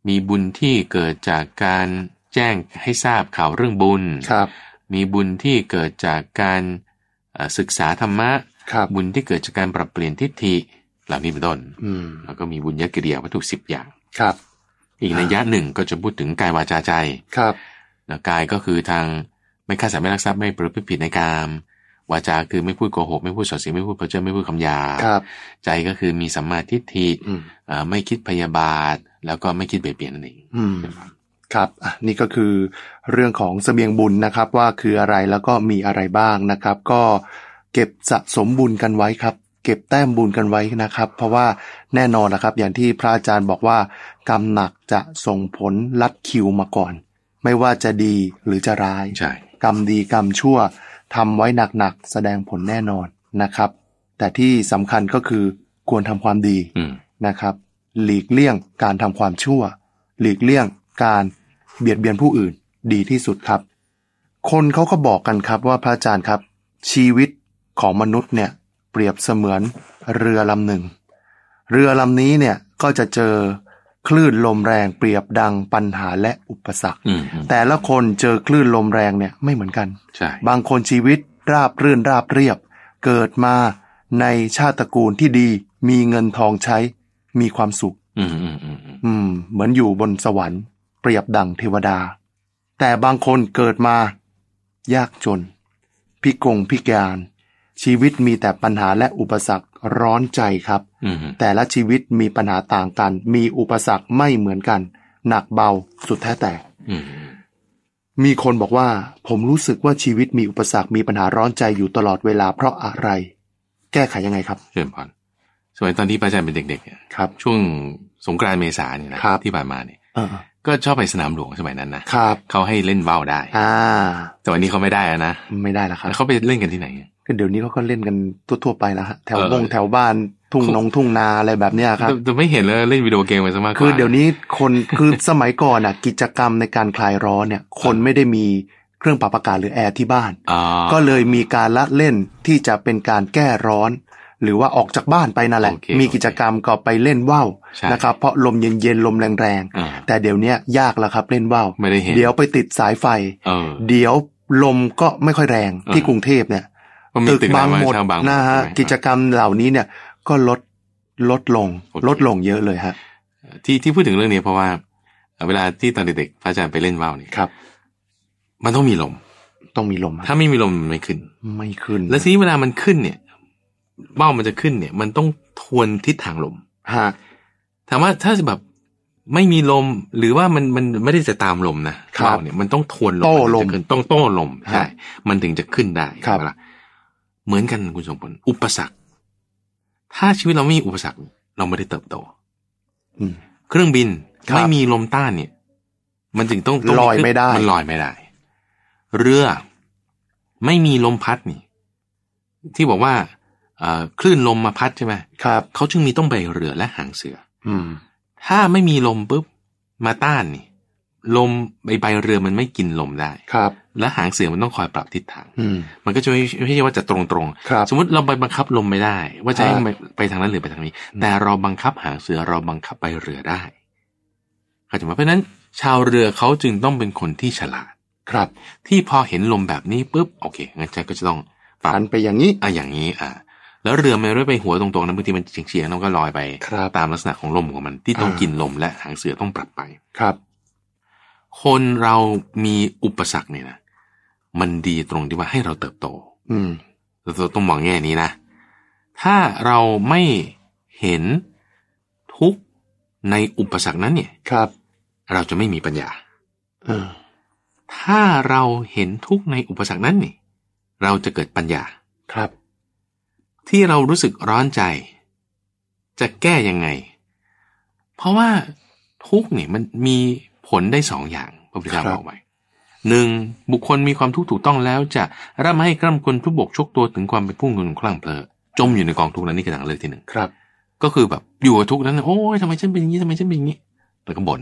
มีบุญที่เกิดจากการแจ้งให้ทราบข่าวเรื่องบุญ ครับ มีบุญที่เกิดจากการเอ่อศึกษาธรรมะ ครับ บุญที่เกิดจากการปรับเปลี่ยนทิฏฐิเหล่านี้เป็นต้น อืม แล้วก็มีบุญยกิริยาวัตถุสิบอย่าง ครับ อีกนัยยะหนึ่งก็จะพูดถึงกายวาจาใจ ครับ นะกายก็คือทางไม่ฆ่าสัตว์ไม่ลักทรัพย์ไม่ประพฤติผิดในกามวาจาคือไม่พูดโกหก ไม่พูดส่อเสียดไม่พูดเพ้อเจ้อไม่พูดคำหยาบ ครับ ใจก็คือมีสัมมาทิฏฐิ อืม เอ่อไม่คิดพยาบาท แล้วก็ไม่คิดเบียดเบียนนั่นเอง อืมครับอ่ะนี่ก็คือเรื่องของเสบียงบุญนะครับ ว่าคืออะไรแล้วก็มีอะไรบ้างนะครับ ก็เก็บสะสมบุญกันไว้ครับ เก็บแต้มบุญกันไว้นะครับ เพราะว่าแน่นอนนะครับ อย่างที่พระอาจารย์บอกว่ากรรมหนักจะส่งผลลัดคิวมาก่อน ไม่ว่าจะดีหรือจะร้าย ใช่ กรรมดีกรรมชั่วทำไว้หนักๆ แสดงผลแน่นอนนะครับ แต่ที่สำคัญก็คือควรทำความดี อืม นะครับ หลีกเลี่ยงการทำความชั่ว หลีกเลี่ยงการเบียดเบียนผู้อื่นดีที่สุดครับ คนเขาก็บอกกันครับว่าพระอาจารย์ครับ ชีวิตของมนุษย์เนี่ยเปรียบเสมือนเรือลำหนึ่ง เรือลำนี้เนี่ยก็จะเจอคลื่นลมแรงเปรียบดังปัญหาและอุปสรรค อืมอืม แต่ละคนเจอคลื่นลมแรงเนี่ยไม่เหมือนกัน ใช่ บางคนชีวิตราบรื่นราบเรียบ เกิดมาในชาติตระกูลที่ดี มีเงินทองใช้ มีความสุข อืมอืมอืมอืม อืม เหมือนอยู่บนสวรรค์เปรียบดังเทวดา แต่บางคนเกิดมายากจน พิกงพิการ ชีวิตมีแต่ปัญหาและอุปสรรคร้อนใจครับ อืม แต่ละชีวิตมีปัญหาต่างกัน มีอุปสรรคไม่เหมือนกัน หนักเบาสุดแท้แต่ อืม มีคนบอกว่า ผมรู้สึกว่าชีวิตมีอุปสรรคมีปัญหาร้อนใจอยู่ตลอดเวลาเพราะอะไร แก้ไขยังไงครับ เชิญพรสมัยตอนที่พระอาจารย์เป็นเด็กๆเนี่ย ครับ ช่วงสงกรานต์เมษาเนี่ยนะครับ ที่ผ่านมาเนี่ย อ่า ก็ชอบไปสนามหลวงสมัยนั้นนะครับ เขาให้เล่นว่าวได้ อ่า แต่วันนี้เขาไม่ได้แล้วนะ ไม่ได้แล้วครับ แล้วเขาไปเล่นกันที่ไหน ก็เดี๋ยวนี้เขาก็เล่นกันทั่วๆไปแล้วฮะแถว เออ บงแถวบ้านทุ่งน [LAUGHS] งทุ่งนาอะไรแบบเนี้ยครับ แต่แต่ไม่เห็นเลยเล่นวิดีโอเกมไปซะมากกว่า คือเดี๋ยวนี้คนคือสมัยก่อนอ่ะกิจกรรมในการคลายร้อนเนี่ย คนไม่ได้มีเครื่องปรับอากาศหรือแอร์ที่บ้าน อ๋อ ก็เลยมีการละเล่นที่จะเป็นการแก้ร้อน หรือว่าออกจากบ้านไปนั่นแหละ โอเค มีกิจกรรมก็ไปเล่นว่าว ใช่ นะครับ เพราะลมเย็นๆลมแรง อ่า ๆ แต่เดี๋ยวเนี้ยยากแล้วครับเล่นว่าว ไม่ได้เห็น เดี๋ยวไปติดสายไฟ เออ เดี๋ยวลมก็ไม่ค่อยแรง อ่า ที่กรุงเทพเนี่ย เพราะมีตึก บาง หลย หมด เช่บาง นะฮะ ใช่ไหม กิจกรรมเหล่านี้เนี่ยก็ลดลดลง โอเค ลดลงเยอะเลยฮะ ที่ที่พูดถึงเรื่องนี้เพราะว่าเอ่อเวลาที่ตอนเด็กๆพระอาจารย์ไปเล่นว่าวเนี่ย ครับ มันต้องมีลม ต้องมีลมฮะ ถ้าไม่มีลมมันไม่ขึ้น ไม่ขึ้น แล้วทีนี้เวลามันขึ้นเนี่ยว่าวมันจะขึ้นเนี่ย มันต้องทวนทิศทางลม ฮะ ถามว่าถ้าแบบไม่มีลมหรือว่ามันมันไม่ได้จะตามลมนะครับ ว่าวเนี่ยมันต้องทวนลม โต้ นถึง ลม จะขึ้นต้องโต้ลมใช่ ฮะ มันถึงจะขึ้นได้ ครับ เห็นปะล่ะเหมือนกันคุณสมพลอุปสรรค ถ้าชีวิตเราไม่มีอุปสรรค เราไม่ได้เติบโต อืม เครื่องบิน ครับ ไม่มีลมต้านเนี่ย มันจึงต้องต้อง ลอยไม่ได้ มันลอยไม่ได้ เรือไม่มีลมพัดนี่ ที่บอกว่าเอ่อคลื่นลมมาพัดใช่ไหม ครับ เขาจึงมีต้องใบเรือและหางเสือ อืม ถ้าไม่มีลมปุ๊บมาต้านนี่ ลมใบใบเรือมันไม่กินลมได้ ครับ และหางเสือมันต้องคอยปรับทิศทาง อืม มันก็จะไม่ไม่ใช่ว่าจะตรงๆ ครับ สมมติเราไปบังคับลมไม่ได้ ว่าจะให้ ครับ ไปไปทางนั้นหรือไปทางนี้ แต่เราบังคับหางเสือเราบังคับไปเรือได้เข้าใจไหมเพราะฉะนั้น ชาวเรือเขาจึงต้องเป็นคนที่ฉลาด ครับ ที่พอเห็นลมแบบนี้ปุ๊บโอเคงั้นฉันก็จะต้องปรับ หันไปอย่างนี้ อ่ะอย่างนี้อ่ะแล้วเรือมันไม่ได้ไปหัวตรงๆนะบางทีมันเฉียงๆแล้วมันก็ลอยไป ครับ ตามลักษณะของลมของมันที่ต้อง อ่ากิ กินลมและหางเสือต้องปรับไป ครับ คนเรามีอุปสรรคเนี่ยนะมันดีตรงที่ว่าให้เราเติบโต อืม เราต้องมองแง่นี้นะ ถ้าเราไม่เห็นทุกข์ในอุปสรรคนั้นเนี่ย ครับ เราจะไม่มีปัญญา เออ ถ้าเราเห็นทุกข์ในอุปสรรคนั้นนี่ เราจะเกิดปัญญา ครับ ที่เรารู้สึกร้อนใจ จะแก้ยังไง เพราะว่าทุกข์เนี่ยมันมีผลได้สองอย่างพระพุทธเจ้า ครับ บอกไว้หนึ่งบุคคลมีความทุกข์ถูกต้องแล้ว จะร่ำให้กล้ำกลนทุบบกชกตัวถึงความเป็นผู้เงินคลั่งเพลอจมอยู่ในกองทุกข์นั้นนี่คือทางเลือกที่หนึ่ง ครับ ก็คือแบบอยู่กับทุกข์นั้นโอ้ยทำไมฉันเป็นอย่างนี้ทำไมฉันเป็นอย่างนี้แล้วก็บ่น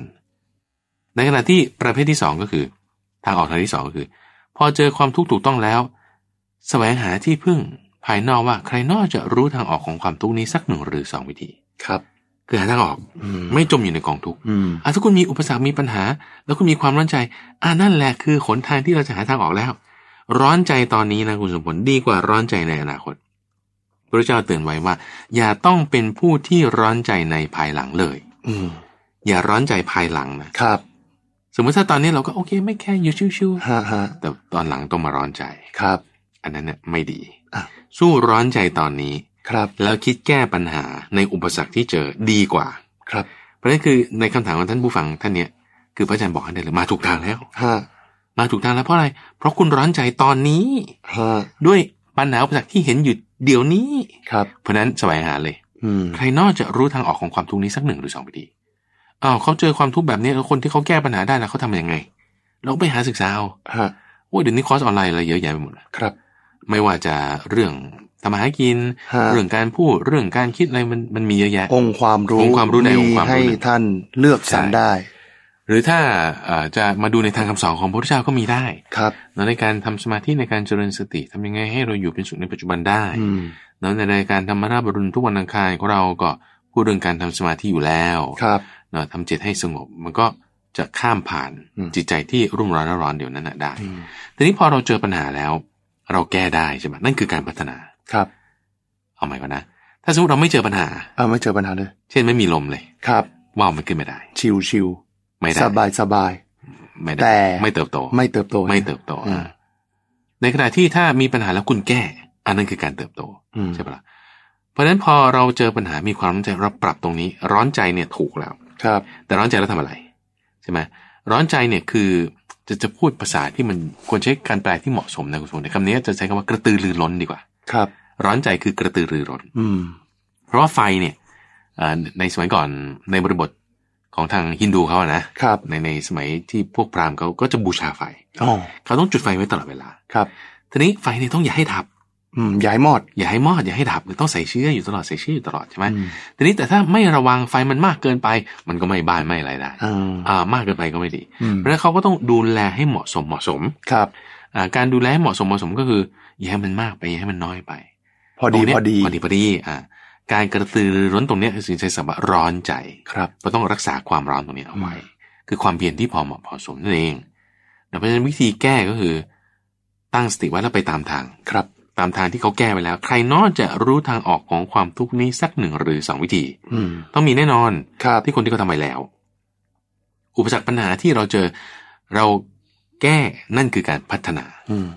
ในขณะที่ประเภทที่สองก็คือ ทางออกทางที่สองก็คือ พอเจอความทุกข์ถูกต้องแล้วแสวงหาที่พึ่งภายนอกว่าใครนอกจะรู้ทางออกของความทุกข์นี้สักหนึ่งหรือสองวิธี ครับ คือหาทางออก อืม ไม่จมอยู่ในกองทุกข์ อืม อ่ะถ้าคุณมีอุปสรรคมีปัญหา แล้วคุณมีความร้อนใจอ่ะนั่นแหละคือหนทางที่เราจะหาทางออกแล้ว ร้อนใจตอนนี้นะคุณสมผลดีกว่าร้อนใจในอนาคต พระเจ้าเตือนไว้ว่า อย่าต้องเป็นผู้ที่ร้อนใจในภายหลังเลย อืม อย่าร้อนใจภายหลังนะครับ สมมติถ้าตอนนี้เราก็โอเคไม่แค่อยู่ชิว ฮะฮะ ๆแต่ตอนหลังต้องมาร้อนใจ ครับ อันนั้นเนี่ยไม่ดี อ่ะ สู้ร้อนใจตอนนี้ ครับ แล้วคิดแก้ปัญหาในอุปสรรคที่เจอดีกว่า ครับ เพราะฉะนั้นคือในคำถามของท่านผู้ฟังท่านเนี้ยคือพระอาจารย์บอกให้ได้เลยมาถูกทางแล้ว ฮะ มาถูกทางแล้วเพราะอะไร เพราะคุณร้อนใจตอนนี้ ฮะ ด้วยปัญหาอุปสรรคที่เห็นอยู่เดี๋ยวนี้ ครับ เพราะฉะนั้นแสวงหาเลย อืม ใครนอกจะรู้ทางออกของความทุกข์นี้สักหนึ่งหรือสองวิธีอ้าวเขาเจอความทุกข์แบบนี้แล้วคนที่เขาแก้ปัญหาได้แล้วเขาทำยังไง เราไปหาศึกษาเอา ฮะ โอ้ยเดี๋ยวนี้คอร์สออนไลน์อะไรเยอะแยะไปหมดนะครับ ไม่ว่าจะเรื่องทำมาหากิน ฮะ เรื่องการพูดเรื่องการคิดอะไรมันมันมีเยอะแยะ องค์ความรู้ องค์ความรู้ในองค์ความรู้ ให้ หนึ่ง ท่านเลือกสรรได้ หรือถ้าเอ่อจะมาดูในทางคำสอนของพระพุทธเจ้าก็มีได้ ครับ แล้วในการทำสมาธิในการเจริญสติทำยังไงให้เราอยู่เป็นสุขในปัจจุบันได้ อืม แล้วในรายการธรรมราบรุณทุกวันอังคารของเราก็พูดเรื่องการทำสมาธิอยู่แล้ว ครับ เนาะทำจิตให้สงบมันก็จะข้ามผ่าน อืม จิตใจที่รุ่มร้อนและร้อนเดี๋ยวนั้นนะได้ อืม ทีนี้พอเราเจอปัญหาแล้ว เราแก้ได้ใช่ไหมนั่นคือการพัฒนา ครับ เอาใหม่ก่อนนะ ถ้าสมมติเราไม่เจอปัญหา เอาไม่เจอปัญหาเลย เช่นไม่มีลมเลย ครับ ว่าวมันขึ้นไม่ได้ ชิวชิว ไม่ได้ สบายสบาย ไม่ได้ แต่ ไม่เติบโต ไม่เติบโต ไม่เติบโต อืม อ่า ในขณะที่ถ้ามีปัญหาแล้วคุณแก้ อันนั้นคือการเติบโต อืม ใช่ปะล่ะเพราะฉะนั้นพอเราเจอปัญหามีความร้อนใจเราปรับตรงนี้ ร้อนใจเนี่ยถูกแล้ว ครับ แต่ร้อนใจแล้วทำอะไรใช่ไหมร้อนใจเนี่ยคือจะจะพูดภาษาที่มันควรใช้การแปลที่เหมาะสมนะคุณผู้ชมแต่คำนี้จะใช้คำว่ากระตือรือร้นดีกว่า ครับ ร้อนใจคือกระตือรือร้น อืม เพราะว่าไฟเนี่ยเอ่อในสมัยก่อนในบริบทของทางฮินดูเขาอะนะครับ ในในสมัยที่พวกพราหมณ์เขาก็จะบูชาไฟ อ๋อ เขาต้องจุดไฟไว้ตลอดเวลา ครับ ทีนี้ไฟเนี่ยต้องอย่าให้ดับ อืม ย้ายหมอด อย่าให้มอดอย่าให้ดับคือต้องใส่เชื้ออยู่ตลอดใส่เชื้ออยู่ตลอดใช่ไหม อืม ทีนี้แต่ถ้าไม่ระวังไฟมันมากเกินไป มันก็ไม่บ้านไม่อะไรได้ อ่า อ่ามากเกินไปก็ไม่ดี อืม เพราะฉะนั้นเขาก็ต้องดูแลให้เหมาะสมเหมาะสม ครับ อ่าการดูแลให้เหมาะสมเหมาะสมก็คืออย่าให้มันมากไปอย่าให้มันน้อยไป พอดี ตรงเนี้ย พอดี พอดีพอดีอ่าการกระตือรือร้นตรงเนี้ยคือสิ่งใช้สำหรับร้อนใจ ครับ เราต้องรักษาความร้อนตรงนี้เอาไว้ คือความเพียรที่พอเหมาะพอสมนั่นเองแต่เพราะฉะนั้นวิธีแก้ก็คือ ตั้งสติไว้แล้วไปตามทาง ครับ ตามทางที่เขาแก้ไปแล้ว ใครเนอกจะรู้ทางออกของความทุกข์นี้สักหนึ่งหรือสองวิธี อืม ต้องมีแน่นอน ครับ ที่คนที่เขาทำไปแล้ว อุปสรรคปัญหาที่เราเจอเราแก้นั่นคือการพัฒนา อืม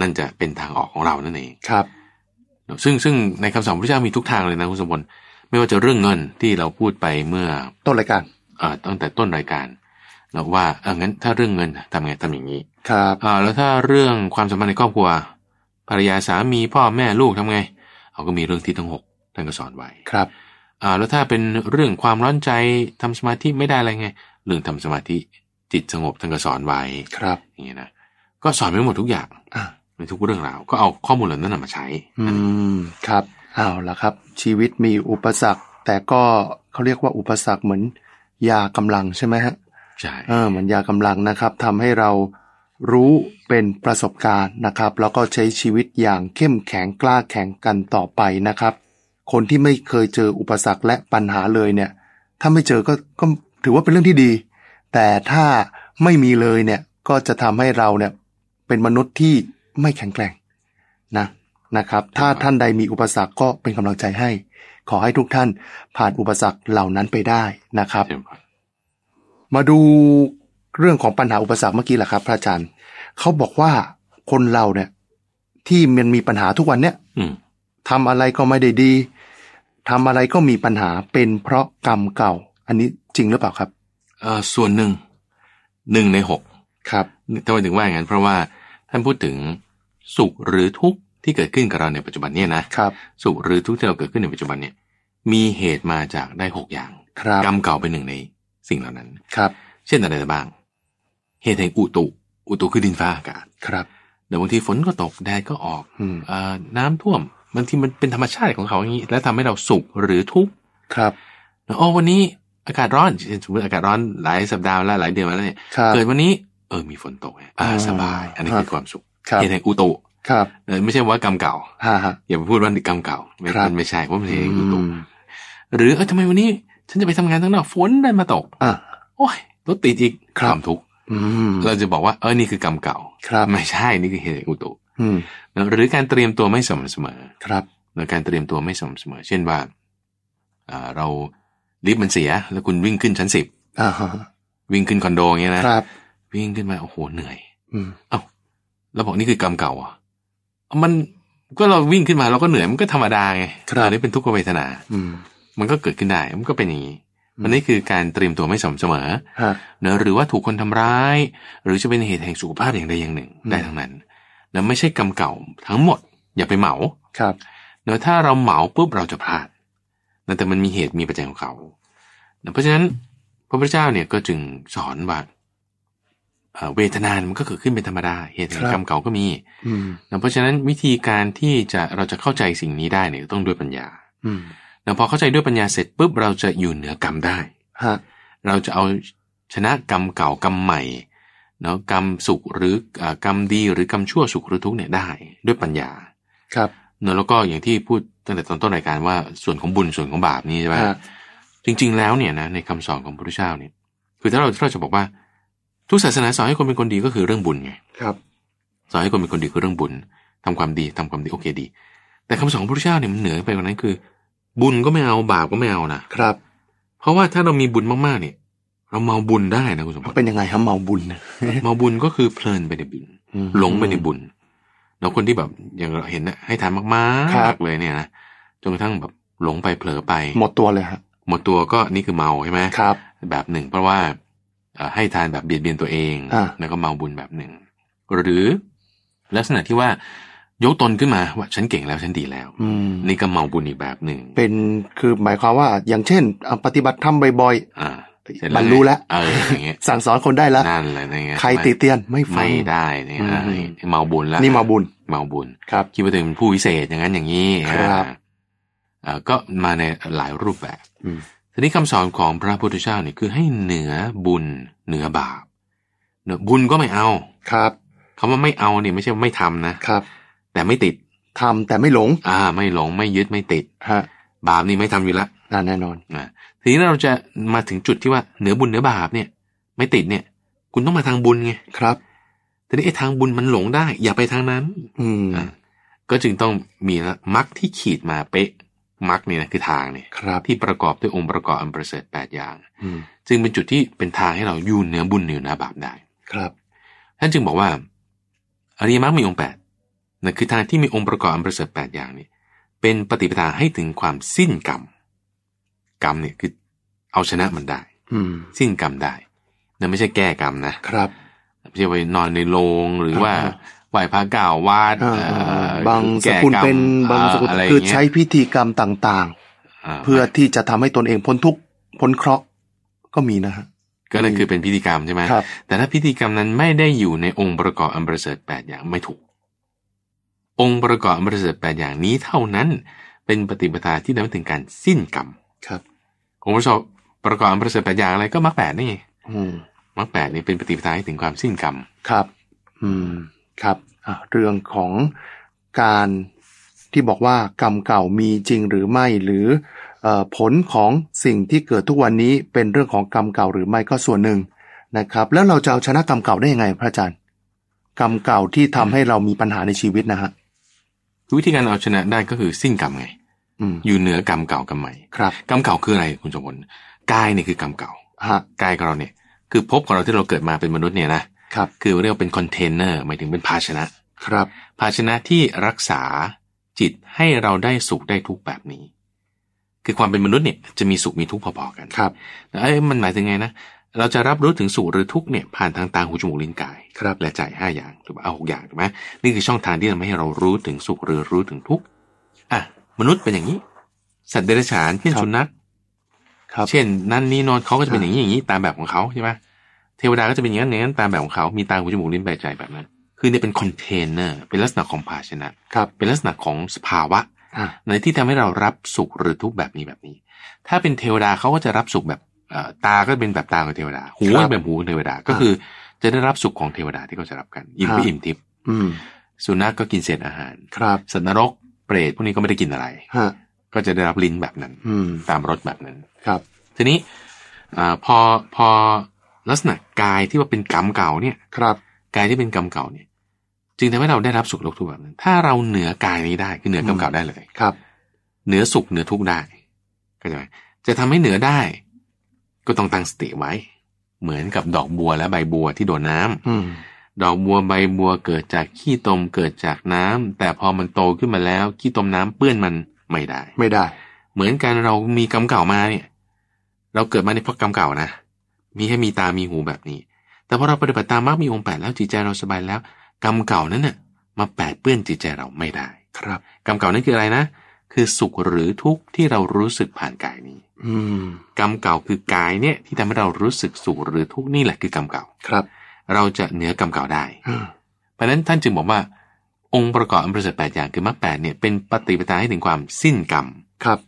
นั่นจะเป็นทางออกของเรานั่นเอง ครับ ซึ่งซึ่งในคำสอนพระเจ้ามีทุกทางเลยนะคุณสมบัติไม่ว่าจะเรื่องเงินที่เราพูดไปเมื่อ ต้นรายการ เอ่อตั้งแต่ต้นรายการเราว่าเอองั้นถ้าเรื่องเงินทำไงทำอย่างนี้ ครับ อ่าแล้วถ้าเรื่องความสัมพันธ์ในครอบครัวภรรยาสามีพ่อแม่ลูกทำไงเขาก็มีเรื่องที่ทั้งหกท่านก็สอนไว้ ครับ อ่าแล้วถ้าเป็นเรื่องความร้อนใจทำสมาธิไม่ได้อะไรไง เรื่องทำสมาธิจิตสงบท่านก็สอนไว้ ครับ อย่างนี้นะก็สอนไปหมดทุกอย่าง อ่ะ ในทุกเรื่องราวก็เอาข้อมูลเหล่านั้นนะมาใช้ อืม ครับ เอาละครับ ชีวิตมีอุปสรรค แต่ก็เขาเรียกว่าอุปสรรคเหมือนยากำลังใช่ไหมฮะ ใช่ เออเหมือนยากำลังนะครับทำให้เรารู้เป็นประสบการณ์นะครับ แล้วก็ใช้ชีวิตอย่างเข้มแข็งกล้าแข็งกันต่อไปนะครับ คนที่ไม่เคยเจออุปสรรคและปัญหาเลยเนี่ย ถ้าไม่เจอก็ก็ถือว่าเป็นเรื่องที่ดี แต่ถ้าไม่มีเลยเนี่ยก็จะทำให้เราเนี่ยเป็นมนุษย์ที่ไม่แข็งแกร่งนะนะครับ ถ้าท่านใดมีอุปสรรคก็เป็นกำลังใจให้ ขอให้ทุกท่านผ่านอุปสรรคเหล่านั้นไปได้นะครับ เต็มไป มาดูเรื่องของปัญหาอุปสรรคเมื่อกี้แหละครับ พระอาจารย์เขาบอกว่าคนเราเนี่ย ที่มันมีปัญหาทุกวันเนี่ย อืม ทำอะไรก็ไม่ได้ดีทำอะไรก็มีปัญหาเป็นเพราะกรรมเก่า อันนี้จริงหรือเปล่าครับ เอ่อส่วนหนึ่งหนึ่งในหก ครับ ทำไมถึงว่าอย่างนั้น เพราะว่าท่านพูดถึงสุขหรือทุกข์ที่เกิดขึ้นกับเราในปัจจุบันเนี่ยนะ ครับ สุขหรือทุกข์ที่เราเกิดขึ้นในปัจจุบันเนี่ยมีเหตุมาจากได้หกอย่าง ครับ กรรมเก่าเป็นหนึ่งในสิ่งเหล่านั้น ครับ เช่นอะไรบ้าง เหตุแห่งอุตุ อุตุคือดินฟ้าอากาศ ครับ แต่บางทีฝนก็ตกแดดก็ออก อืม เออน้ำท่วมบางทีมันเป็นธรรมชาติของเขาอย่างนี้ แล้วทำให้เราสุขหรือทุกข์ ครับ นะโอ้วันนี้อากาศร้อนเช่นสมมติอากาศร้อนหลายสัปดาห์แล้วหลายเดือนมาแล้วเนี่ย ครับ เกิดวันนี้เออมีฝนตกไงอ่า อ่า สบาย อันนี้ ครับ คือความสุข ครับ เหตุแห่งอุตุ ครับ เออไม่ใช่ว่ากรรมเก่า ฮ่าฮะ อย่าไปพูดว่ากรรมเก่าไม่ ครับ มันไม่ใช่เพราะมันเหตุแห่งอุ อื ตุ ม หรือเออทำไมวันนี้ ฉันจะไปทำงานข้างนอกฝนดันมาตก อ่ะ โอ้ยรถติดอีก ครับ วามทุกข์ อืม เราจะบอกว่าเออนี่คือกรรมเก่า ครับ ไม่ใช่นี่คือเหตุแห่งอุตุ อืม นะหรือการเตรียมตัวไม่สม่ำเสมอ ครับ หรือการเตรียมตัวไม่สม่ำเสมอ เช่นว่าอ่าเราลิฟต์มันเสีย แล้วคุณวิ่งขึ้นชั้นสิบ อ่าฮะ วิ่งขึ้นคอนโดอย่างเงี้ยนะครับ วิ่งขึ้นมาโอ้โหเหนื่อย อืม เอ้าแล้วบอกนี่คือกรรมเก่าเหรอ่ะมันก็เราวิ่งขึ้นมาเราก็เหนื่อยมันก็ธรรมดาไงอันนี้เป็นทุกขเวทนา อืม มันก็เกิดขึ้นได้มันก็เป็นอย่างนี้อันนี้คือการเตรียมตัวไม่สม่ำเสมอ ฮะ นะหรือว่าถูกคนทำร้าย หรือจะเป็นเหตุแห่งสุขภาพอย่างใดอย่างหนึ่ง อืม ได้ทั้งนั้นนะไม่ใช่กรรมเก่าทั้งหมด อย่าไปเหมา ครับ เนะถ้าเราเหมาปุ๊บเราจะพลาดนะแต่มันมีเหตุมีปัจจัยของเขานะเพราะฉะนั้นพระพุทธเจ้าเนี่ยก็จึงสอนว่าเอ่อเวทนานมันก็เกิดขึ้นเป็นธรรมดาเหตุแห่งกรรมเก่าก็มี อืม นะเพราะฉะนั้นวิธีการที่จะเราจะเข้าใจสิ่งนี้ได้เนี่ยต้องด้วยปัญญา อืม นะพอเข้าใจด้วยปัญญาเสร็จปุ๊บเราจะอยู่เหนือกรรมได้ ฮะ เราจะเอาชนะกรรมเก่ากรรมใหม่เนาะกรรมสุขหรือเอ่อกรรมดีหรือกรรมชั่วสุขหรือทุกข์เนี่ยได้ด้วยปัญญา ครับ เนาะแล้วก็อย่างที่พูดตั้งแต่ตอนต้นรายการว่าส่วนของบุญส่วนของบาปนี่ใช่ไหม ฮะ จริง ๆ แล้วเนี่ยนะในคำสอนของพระพุทธเจ้าเนี่ยคือถ้าเราถ้าเราจะบอกว่า ทุกศาสนาสอนให้คนเป็นคนดีก็คือเรื่องบุญไง ครับ สอนให้คนเป็นคนดีคือเรื่องบุญทำความดีทำความดีโอเคดี แต่คำสอนของพระพุทธเจ้าเนี่ยมันเหนือไปกว่านั้นคือ บุญก็ไม่เอาบาปก็ไม่เอานะครับ เพราะว่าถ้าเรามีบุญมากๆเนี่ย เราเมาบุญได้นะคุณสมบัติ เป็นยังไงครับเมาบุญนะ เมาบุญก็คือเพลินไปในบุญ อืม หลงไปในบุญ แล้วคนที่แบบอย่างเราเห็นนะให้ทานมาก ครับ ๆเลยเนี่ยนะจนกระทั่งแบบหลงไปเผลอไป หมดตัวเลยฮะ หมดตัวก็นี่คือเมาใช่ไหม ครับ แบบหนึ่ง เพราะว่าเอ่อให้ทานแบบเบียดเบียนตัวเอง อ่า แล้วก็เมาบุญแบบหนึ่ง หรือลักษณะที่ว่ายกตนขึ้นมาว่าฉันเก่งแล้วฉันดีแล้ว อืม นี่ก็เมาบุญอีกแบบหนึ่ง เป็นคือหมายความว่า อย่างเช่นอ่ะปฏิบัติธรรมบ่อย อ่าเสจ ๆบรรลุแล้ว เอออย่างเงี้ย สั่งสอนคนได้แล้ว นั่นแหละอย่างเงี้ย ใครติเตียนไม่ฟั ไม่ ง ได้เนี่ย อืม อะไรเมาบุญแล้ว นี่มาบุญ เมาบุญ ครับ คิดว่าตัวเองเป็นผู้วิเศษอย่างนั้นอย่างนี้ ครับ อ่าก็มาในหลายรูปแบบ อืม ทีนี้คำสอนของพระพุทธเจ้าเนี่ยคือให้เหนือบุญเหนือบาปเหนือบุญก็ไม่เอา ครับ คำว่าไม่เอาเนี่ยไม่ใช่ว่าไม่ทำนะ ครับ แต่ไม่ติด ทำแต่ไม่หลง อ่า ไม่หลงไม่ยึดไม่ติด ฮะ บาปนี่ไม่ทำอยู่ละ อ่าแน่นอน นะทีนี้เราจะมาถึงจุดที่ว่าเหนือบุญเหนือบาปเนี่ย ไม่ติดเนี่ย คุณต้องมาทางบุญไง ครับ ทีนี้ไอ้ทางบุญมันหลงได้ อย่าไปทางนั้น อืม อ่ะก็จึงต้องมีละมักที่ขีดมาเป๊ะมักนี่นะคือทางเนี่ย ครับ ที่ประกอบด้วยองค์ประกอบอันประเสริฐแปดอย่าง อืม จึงเป็นจุดที่เป็นทางให้เราอยู่เหนือบุญเหนือบาปได้ ครับ ท่านจึงบอกว่าอริยมรรคมีองค์แปดนั่นคือทางที่มีองค์ประกอบอันประเสริฐแปดอย่างนี้เป็นปฏิปทาให้ถึงความสิ้นกรรม กรรมเนี่ยคือเอาชนะมันได้ อืม สิ้นกรรมได้นั่นไม่ใช่แก้กรรมนะครับ ไม่ใช่ไปนอนในโรงหรือว่า อ่า ไหว้พระเก่าวาด อ่า เอ่อบ างสกุล แก้กรรม เป็นบางสกุล เะไร คือย่าง เงี้ย ใช้พิธีกรรมต่าง า ๆ เพื่อที่จะทำให้ตนเองพ้นทุกข์พ้นเคราะห์ก็มีนะฮะ ก็นั่นคือเป็นพิธีกรรมใช่ไหม ครับ แต่ถ้าพิธีกรรมนั้นไม่ได้อยู่ในองค์ประกอบอันประเสริฐแปดอย่างไม่ถูก องค์ประกอบอันประเสริฐแปดอย่างนี้เท่านั้น เป็นปฏิปทาที่นำไปถึงการสิ้นกรรม ครับ องค์ประกอบประกอบอันประเสริฐแปดอย่างอะไรก็มรรคแปดนี่ไง อืม มรรคแปดนี่เป็นปฏิปทาให้ถึงความสิ้นกรรม ครับ อืมครับอ่ะเรื่องของการที่บอกว่ากรรมเก่ามีจริงหรือไม่หรือเออผลของสิ่งที่เกิดทุกวันนี้เป็นเรื่องของกรรมเก่าหรือไม่ก็ส่วนหนึ่งนะครับ แล้วเราจะเอาชนะกรรมเก่าได้ยังไง พระอาจารย์ กรรมเก่าที่ทำให้เรามีปัญหาในชีวิตนะฮะ วิธีการเอาชนะได้ก็คือสิ้นกรรมไง อืม อยู่เหนือกรรมเก่ากรรมใหม่ ครับ กรรมเก่าคืออะไรคุณสมพลกายเนี่ยคือกรรมเก่า ฮะ กายของเราเนี่ย คือภพของเราที่เราเกิดมาเป็นมนุษย์เนี่ยนะครับ คือเรียกว่าเป็นคอนเทนเนอร์หมายถึงเป็นภาชนะ ครับ ภาชนะที่รักษาจิตให้เราได้สุขได้ทุกข์แบบนี้ คือความเป็นมนุษย์เนี่ยจะมีสุขมีทุกข์พอๆกัน ครับ เอ้ยมันหมายถึงไงนะ เราจะรับรู้ถึงสุขหรือทุกข์เนี่ยผ่านทางตาหูจมูกลิ้นกาย ครับ และใจห้าอย่างถูกไหมเอาหกอย่างถูกไหมนี่คือช่องทางที่ทำให้เรารู้ถึงสุขหรือรู้ถึงทุกข์อ่ะมนุษย์เป็นอย่างนี้ สัตว์เดรัจฉานเช่คนรับ สุนัข ครับ เช่น นั่นนี่นอนเขาก็จะเป็นอย่างนี้อย่างนี้ตามแบบของเขาใช่ไหมเทวดาก็จะเป็นอย่างนั้นอย่างนั้นตามแบบของเขามีตาหูจมูกลิ้นกายใจแบบนั้น คือเนี่ยเป็นคอนเทนเนอร์เป็นลักษณะของภาชนะ ครับ เป็นลักษณะของสภาวะ อ่ะ ในที่ทำให้เรารับสุขหรือทุกข์แบบนี้แบบนี้ ถ้าเป็นเทวดาเขาก็จะรับสุขแบบเอ่อตาก็เป็นแบบตาของเทวดา หูก็เป็นแบบหูของเทวดา ก็คือจะได้รับสุขของเทวดาที่เขาจะรับกันอิ่มก็อิ่มทิพย์ อืม สุนัขก็กินเศษอาหาร ครับ สัตว์นรกเปรตพวกนี้ก็ไม่ได้กินอะไร ฮะ ก็จะได้รับลิ้นแบบนั้น อืม ตามรสแบบนั้น ครับ ทีนี้อ่าพอพอลักษณะกายที่ว่าเป็นกรรมเก่าเนี่ย ครับ กายที่เป็นกรรมเก่าเนี่ยจึงทำให้เราได้รับสุขและทุกข์แบบนั้นถ้าเราเหนือกายนี้ได้คือเหนือกรรมเก่าได้เลย ครับ เหนือสุขเหนือทุกข์ได้เข้าใจไหมจะทำให้เหนือได้ ก็ต้องตั้งสติไว้ เหมือนกับดอกบัวและใบบัวที่โดนน้ำ อืม ดอกบัวใบบัวเกิดจากขี้ตมเกิดจากน้ำแต่พอมันโตขึ้นมาแล้วขี้ตมน้ำเปื้อนมันไม่ได้ ไม่ได้ เหมือนกันเรามีกรรมเก่ามาเนี่ย เราเกิดมาในเพราะกรรมเก่านะ มีแค่มีตามีหูแบบนี้ แต่พอเราปฏิบัติตามมากมีองค์แปดแล้วจิตใจเราสบายแล้ว กรรมเก่านั้นน่ะมาแปดเปื้อนจิตใจเราไม่ได้ ครับ กรรมเก่านั้นคืออะไรนะ คือสุขหรือทุกข์ที่เรารู้สึกผ่านกายนี้ อืม กรรมเก่าคือกายเนี่ยที่ทำให้เรารู้สึกสุขหรือทุกข์นี่แหละคือกรรมเก่า ครับ เราจะเหนือกรรมเก่าได้ อ่า เพราะฉะนั้นท่านจึงบอกว่า องค์ประกอบอันประเสริฐแปดอย่างคือมรรคแปดเนี่ยเป็นปฏิปทาให้ถึงความสิ้นกรรม ครับ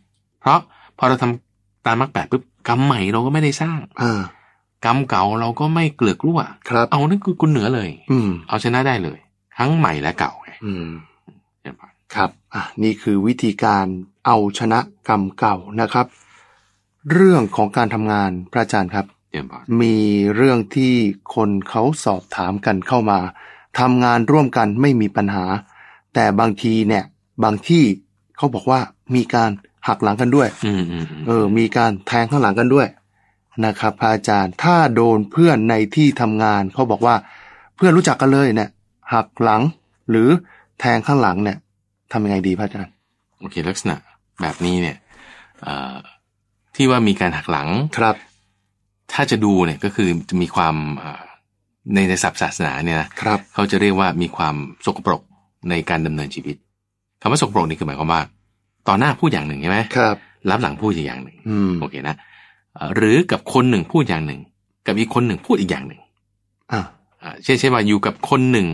เพราะพอเราทำตามมรรคแปดปุ๊บกรรมใหม่เราก็ไม่ได้สร้าง อ่าก รรมเก่าเราก็ไม่เกลือกรั่ว ครับ เอานั่นคือคุณเหนือเลย อืม เอาชนะได้เลย ทั้งใหม่และเก่าไง อืม เห็นปะ ครับอ่ะนี่คือวิธีการเอาชนะกรรมเก่านะครับ เรื่องของการทำงานพระอาจารย์ครับ เห็นปะ มีเรื่องที่คนเขาสอบถามกันเข้ามาทำงานร่วมกันไม่มีปัญหา แต่บางทีเนี่ย บางที่เขาบอกว่ามีการหักหลังกันด้วย อืมอืมอืม เออ มีการแทงข้างหลังกันด้วยนะครับพระอาจารย์ ถ้าโดนเพื่อนในที่ทำงานเขาบอกว่าเพื่อนรู้จักกันเลยเนี่ย หักหลัง หรือแทงข้างหลังเนี่ยทำยังไงดีพระอาจารย์ โอเค ลักษณะแบบนี้เนี่ยเอ่อที่ว่ามีการหักหลัง ครับ ถ้าจะดูเนี่ยก็คือจะมีความเอ่อในในศัพท์ศาสนาเนี่ยนะครับ เขาจะเรียกว่ามีความสกปรกในการดำเนินชีวิตคำว่าสกปรกนี่คือหมายความว่าต่อหน้าพูดอย่างหนึ่งใช่ไหม ครับ รับหลังพูดอีกอย่างหนึ่ง อืม โอเคนะเอ่อหรือกับคนหนึ่งพูดอย่างหนึ่ง กับอีกคนหนึ่งพูดอีกอย่างหนึ่ง อ่ะ อ่าเช่นเช่นว่าอยู่กับคนหนึ่ง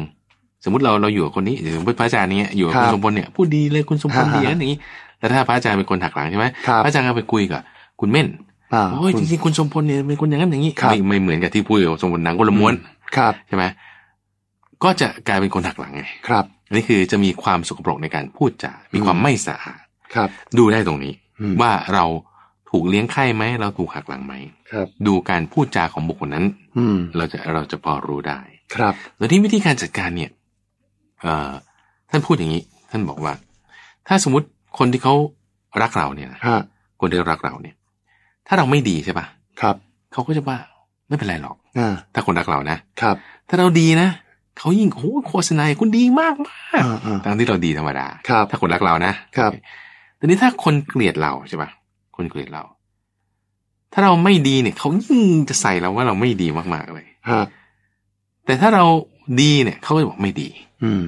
สมมติเราเราอยู่กับคนนี้สมมติพระอาจารย์เนี้ยอยู่กับ ครั คุณ บ สมพลเนี่ยพูดดีเลยคุณสมพล ฮะฮะ ดีอย่างนั้นอย่างนี้แล้วถ้าพระอาจารย์เป็นคนหักหลังใช่ไหม ครับ พระอาจารย์ก็ไปคุยกับคุณเม่น อ่า โอ้ย คุ จ ณ ริงๆคุณสมพลเนี่ยเป็นคนอย่างนั้นอย่างนี้ ครับ ไม่ไม่เหมือนกับที่พูดกับสมพลหนังคนละม้วน ครับ ใช่ไหมก็จะกลายเป็นคนหักหลังไง ครับ อันนี้คือจะมีความสกปรกในการพูดจา มีความไม่สะอาด ครับ ดูได้ตรงนี้ อืม ว่าเราถูกเลี้ยงไข้ไหมเราถูกหักหลังไหม ครับ ดูการพูดจาของบุคคลนั้น อืม เราจะเราจะพอรู้ได้ ครับ แล้วที่วิธีการจัดการเนี่ยเอ่อท่านพูดอย่างนี้ ท่านบอกว่า ถ้าสมมติคนที่เขารักเราเนี่ยนะ ฮะ คนที่รักเราเนี่ย ถ้าเราไม่ดีใช่ปะ ครับ เขาก็จะว่าไม่เป็นไรหรอก อ่า ถ้าคนรักเรานะ ครับ ถ้าเราดีนะ เขายิ่งโอ้โหโฆษณาคุณดีมากมาก อ่าอ่า ทั้งที่เราดีธรรมดา ครับ ถ้าคนรักเรานะครับ แต่นี้ถ้าคนเกลียดเราใช่ปะคนเกลียดเรา ถ้าเราไม่ดีเนี่ย เขายิ่งจะใส่เราว่าเราไม่ดีมากๆเลย ฮะ แต่ถ้าเราดีเนี่ย เขาก็จะบอกไม่ดี อืม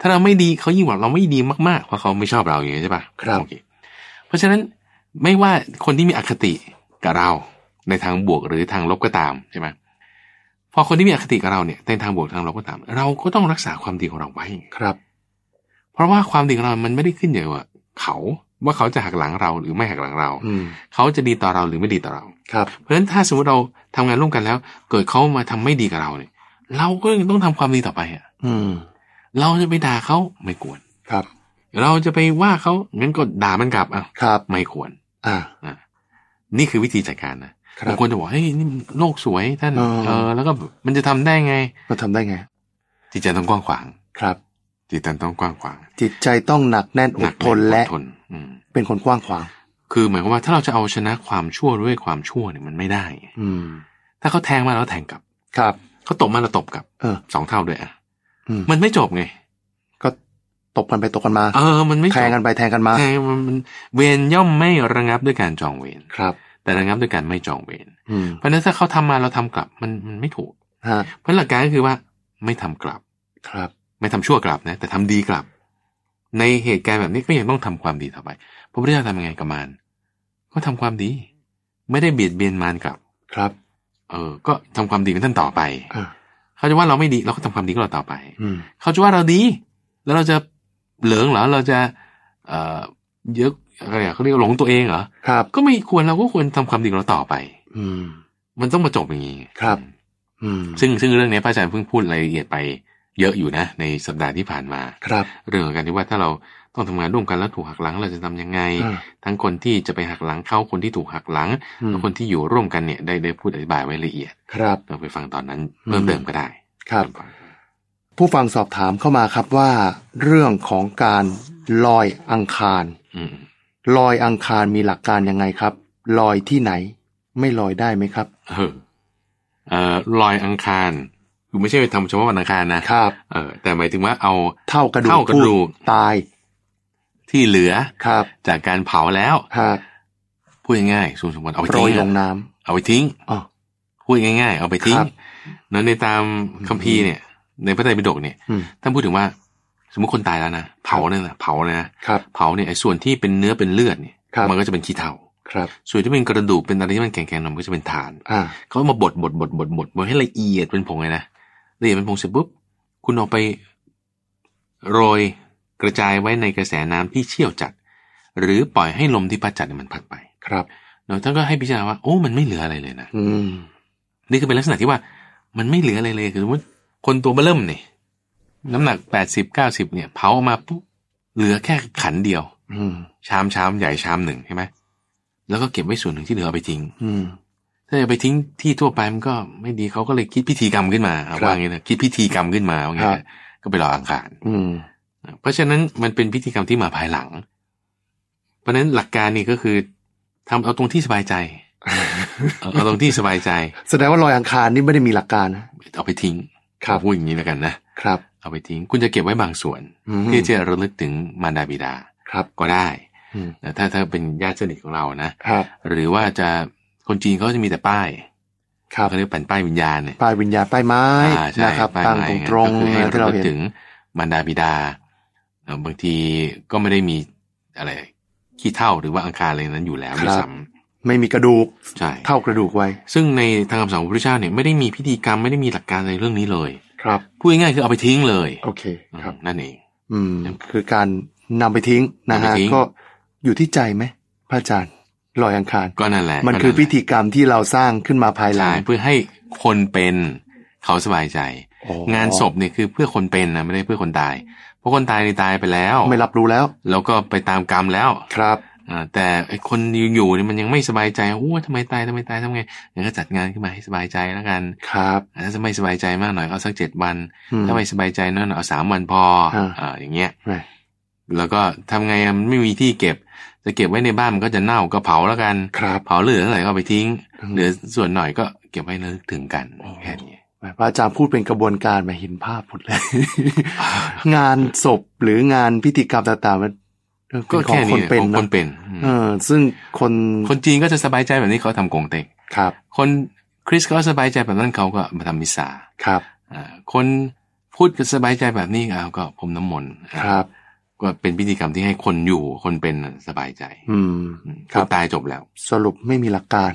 ถ้าเราไม่ดีเขายิ่งบอกเราไม่ดีมากๆเพราะเขาไม่ชอบเราอย่างนี้ใช่ปะ ครับ โอเคเพราะฉะนั้นไม่ว่าคนที่มีอคติกับเราในทางบวกหรือทางลบก็ตามใช่ไหมพอคนที่มีอคติกับเราเนี่ยในทางบวกทางลบก็ตาม เราก็ต้องรักษาความดีของเราไว้ ครับ เพราะว่าความดีของเรามันไม่ได้ขึ้นอยู่กับเขาว่าเขาจะหักหลังเราหรือไม่หักหลังเรา อืม เขาจะดีต่อเราหรือไม่ดีต่อเรา ครับ เพราะฉะนั้นถ้าสมมติเราทำงานร่วมกันแล้ว เกิดเขามาทำไม่ดีกับเราเนี่ย เราก็ยังต้องทำความดีต่อไปอะ อืม เราจะไปด่าเขาไม่ควร ครับ เราจะไปว่าเขางั้นก็ด่ามันกลับอ่ะ ครับ ไม่ควร อ่า อ่ะนี่คือวิธีจัดการนะครับ บางคนจะบอกเฮ้ยนี่มันโลกสวยท่าน อ๋อ เออแล้วก็มันจะทำได้ไง เราทำได้ไง จิตใจต้องกว้างขวาง ครับ จิตใจต้องกว้างขวาง จิตใจต้องหนักแน่นอดทนและ อดทนอืม เป็นคนกว้างขวาง คือหมายความว่าถ้าเราจะเอาชนะความชั่วด้วยความชั่วเนี่ยมันไม่ได้ อืม ถ้าเขาแทงมาแล้วแทงกลับ ครับ เขาตบมาแล้วตบกลับ เออ สองเท่าด้วยอ่ะ อืม มันไม่จบไง ก็ตกกันไปตกกันมา เออ มันไม่จบ แทงกันไปแทงกันมา แทงมันมันเวรย่อมไม่ระงับด้วยการจองเวร ครับ แต่ระงับด้วยการไม่จองเวร อืม เพราะฉะนั้นถ้าเขาทำมาเราทำกลับมันมันไม่ถูก ฮะ เพราะหลักการก็คือว่าไม่ทำกลับ ครับ ไม่ทำชั่วกลับนะ แต่ทำดีกลับ ในเหตุการณ์แบบนี้ก็ยังต้องทำความดีต่อไปพระพุทธเจ้าทำยังไงกับมารก็ทำความดี ไม่ได้เบียดเบียนมารกลับ ครับ เออ ก็ทำความดีเป็นท่านต่อไป อ่า เขาจะว่าเราไม่ดีเราก็ทำความดีกับเราต่อไป อืม เขาจะว่าเราดี แล้วเราจะเหลิงเหรอเราจะเอ่อเยอะอะไรอะเขาเรียกว่าหลงตัวเองเหรอ ครับ ก็ไม่ควรเราก็ควรทำความดีกับเราต่อไป อืม มันต้องมาจบอย่างนี้ ครับ อืม ซึ่งซึ่งเรื่องนี้พระอาจารย์เพิ่งพูดรายละเอียดไปเยอะอยู่นะ ในสัปดาห์ที่ผ่านมา ครับ เรื่องของการที่ว่าถ้าเราต้องทำงานร่วมกันแล้วถูกหักหลังเราจะทำยังไง อ่า ทั้งคนที่จะไปหักหลังเขาคนที่ถูกหักหลัง อืม แล้วคนที่อยู่ร่วมกันเนี่ยได้ได้พูดอธิบายไว้ละเอียด ครับ เราไปฟังตอนนั้น อืม เพิ่มเติมก็ได้ ครับ ผู้ฟังสอบถามเข้ามาครับว่า เรื่องของการลอยอังคาร อืม ลอยอังคารมีหลักการยังไงครับ ลอยที่ไหน ไม่ลอยได้ไหมครับ เออเอ่อลอยอังคารคือไม่ใช่ไปทำเฉพาะวันอังคารนะครับ เออแต่หมายถึงว่าเอา เท่ากระดูก เท่ากระดูก ตาย ที่เหลือ ครับ จากการเผาแล้ว ฮะ พูดง่ายๆสูงสมบัติเอาไป โปร ทิ้ ย ง ล อะ งน้ำ เอาไปทิ้ง อ๋อ พูดง่ายๆ เอาไปทิ้ง ครับ แล้วในตามคัมภีร์เนี่ย ในพระไตรปิฎกเนี่ย อืม ท่านพูดถึงว่า สมมติคนตายแล้วนะเผาเนี่ยนะเผาเลยนะครับ เผาเนี่ยไอ้ส่วนที่เป็นเนื้อเป็นเลือดเนี่ย ครับ มันก็จะเป็นขี้เถ้า ครับ ส่วนที่เป็นกระดูกเป็นอะไรที่มันแข็งๆหน่อยมันก็จะเป็นฐาน อ่า เขาเอามาบดบดบดบดบดบดให้ละเอียดเป็นผงเลยนะละเอียดเป็นผงเสร็จปุ๊บคุณเอาไปโรยกระจายไว้ในกระแสน้ำที่เชี่ยวจัด หรือปล่อยให้ลมที่พัดจัดเนี่ยมันพัดไป ครับ แล้วท่านก็ให้พิจารณาว่าโอ้มันไม่เหลืออะไรเลยนะ อืม นี่คือเป็นลักษณะที่ว่ามันไม่เหลืออะไรเลยคือสมมติคนตัวเบื้อเริ่มเนี่ยน้ำหนักแปดสิบเก้าสิบเนี่ยเผาออกมาปุ๊บเหลือแค่ขันเดียว อืม ชามชามใหญ่ชามหนึ่งใช่ไหมแล้วก็เก็บไว้ส่วนหนึ่งที่เหลือเอาไปทิ้ง อืม ถ้าจะไปทิ้งที่ทั่วไปมันก็ไม่ดีเขาก็เลยคิดพิธีกรรมขึ้นมาเอาว่าอย่างนี้นะคิดพิธีกรรมขึ้นมาว่าอย่างนี้ ครับ นะก็ไปรออังคาร อืม เพราะฉะนั้นมันเป็นพิธีกรรมที่มาภายหลัง เพราะฉะนั้นหลักการนี่ก็คือทำเอาตรงที่สบายใจ เอาเอาตรงที่สบายใจ แสดงว่าลอยอังคารนี่ไม่ได้มีหลักการนะ เอาไปทิ้ง ครับ พูดอย่างนี้แล้วกันนะ ครับ เ เอาไปทิ้ง คุณจะเก็บไว้บางส่วน อืม เพื่อจะระลึกถึงมารดาบิดา ครับ ก็ได้ อืม แต่ถ้าถ้าเป็นญาติสนิทของเรานะครับ หรือว่าจะคนจีนเขาจะมีแต่ป้าย ครับ เขาเรียกแผ่นป้ายวิญญาณเนี่ย ป้ายวิญญาณป้ายไม้ อ่าใช่ นะครับ ป้าย ตั้ง ไม้ ตรงตรง ก็คือให้ ที่ เรา เราเห็น ถึงมารดาบิดาเอ่อบางทีก็ไม่ได้มีอะไรขี้เท่าหรือว่าอังคารอะไรนั้นอยู่แล้วด้วยซ้ ไม่มีกระดูก ำใช่ เท่ากระดูกไว้ ซึ่งในทางคำสอนของพระพุทธเจ้าเนี่ยไม่ได้มีพิธีกรรมไม่ได้มีหลักการในเรื่องนี้เลย ครับ พูดง่ายๆคือเอาไปทิ้งเลย โอเคครับ อืมนั่นเอง อืม คือการนำไปทิ้งนะ นำ ฮะ ไปทิ้ง ก็อยู่ที่ใจไหมพระอาจารย์ลอยอังคาร ก็นั่นแหละ มัน ก็ คือ แหละ พิธีกรรมที่เราสร้างขึ้นมาภายหลั ใช่ ง เพื่อให้คนเป็นเขาสบายใจ อ๋อง านศพเนี่ยคือเพื่อคนเป็นนะไม่ได้เพื่อคนตาย เพราะคนตายนี่ตายไปแล้ว ไม่รับรู้แล้ว แล้วก็ไปตามกรรมแล้ว ครับ อ่าแต่ไอ้คนอยู่ๆเนี่ยมันยังไม่สบายใจโอ้ทำไมตายทำไมตายทำไงงั้นก็จัดงานขึ้นมาให้สบายใจแล้วกัน ครับ อ่าถ้าจะไม่สบายใจมากหน่อยก็เอาสักเจ็ดวัน อืม ถ้าไม่สบายใจน้อยหน่อยเอาสามวันพอ ฮะ อ่าอย่างเงี้ย แหม่ แล้วก็ทำไงอ่ะมันไม่มีที่เก็บ จะเก็บไว้ในบ้านมันก็จะเน่าก็เผาแล้วกัน ครับ เผาเหลือเท่าไหร่ก็เอาไปทิ้ง อืม เหลือส่วนหน่อยก็เก็บไว้ระลึกถึงกันแค่นี้ แหม่พระอาจารย์พูดเป็นกระบวนการแหมาเห็นภาพหมด [LAUGHS] เลย งานศพหรืองานพิธีกรรมต่างๆมัน ก็ เป็นของ แค่ ค นี้ น ข เป็น องค เนาะ นเป็นอืม เออ ซึ่งคน คนจีนก็จะสบายใจแบบนี้เขาทำกงเต็ก ครับ คนคริสต์ก็สบายใจแบบนั้นเขาก็มาทำมิสซา ครับ อ่าคนพูดก็สบายใจแบบนี้เอาก็พรมน้ำมนต์ ครับ ก็เป็นพิธีกรรมที่ให้คนอยู่คนเป็นสบายใจ อืม อืม ครับ นตายจบแล้ว สรุปไม่มีหลัก [LAUGHS] การ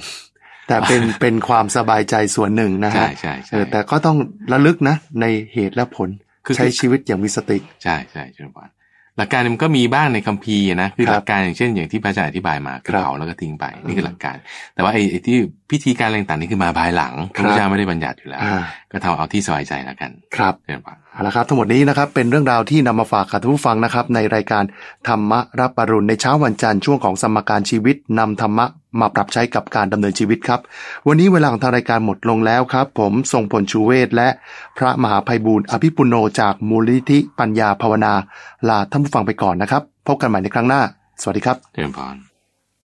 แต่เป็น เป็นความสบายใจส่วนหนึ่งนะ ใช่ ฮะ ใช่ เอ ใช่ อแต่ก็ต้องระลึกนะ ในเหตุและผล คือ ใช้ชีวิตอย่างมีสติ ใช่ใช่ชุนบอลหลักการเนี่ยมันก็มีบ้างในคัมภีร์นะคือ ครับ หลักการอย่างเช่นอย่างที่พระอาจารย์อธิบายมาคือ ครับ เผาแล้วก็ทิ้งไปนี่คือ ม หลักการ แต่ว่าไอ้ไอ้ที่พิธีการอะไรต่างๆนี่คือมาภายหลังพ ครับระพุทธเจ้าไม่ได้บัญญัติอยู่แล้ว อ่า ก็ทำเอาที่สบายใจแล้วกัน ครับ เรียนว่า เอาละครับทั้งหมดนี้นะครับเป็นเรื่องราวที่นำมาฝากกับทุกผู้ฟังนะครับ ในรายการธรรมรับปรุณในเช้าวันจันทร์ช่วงของสมการชีวิตนำธรรมะมาปรับใช้กับการดำเนินชีวิตครับ วันนี้เวลาของทางรายการหมดลงแล้วครับ ผมทรงพลชูเวศและพระมหาภัยบูร์อภิปุโนจากมูลนิธิปัญญาภาวนา ลาท่านผู้ฟังไปก่อนนะครับ พบกันใหม่ในครั้งหน้า สวัสดีครับ 对吧？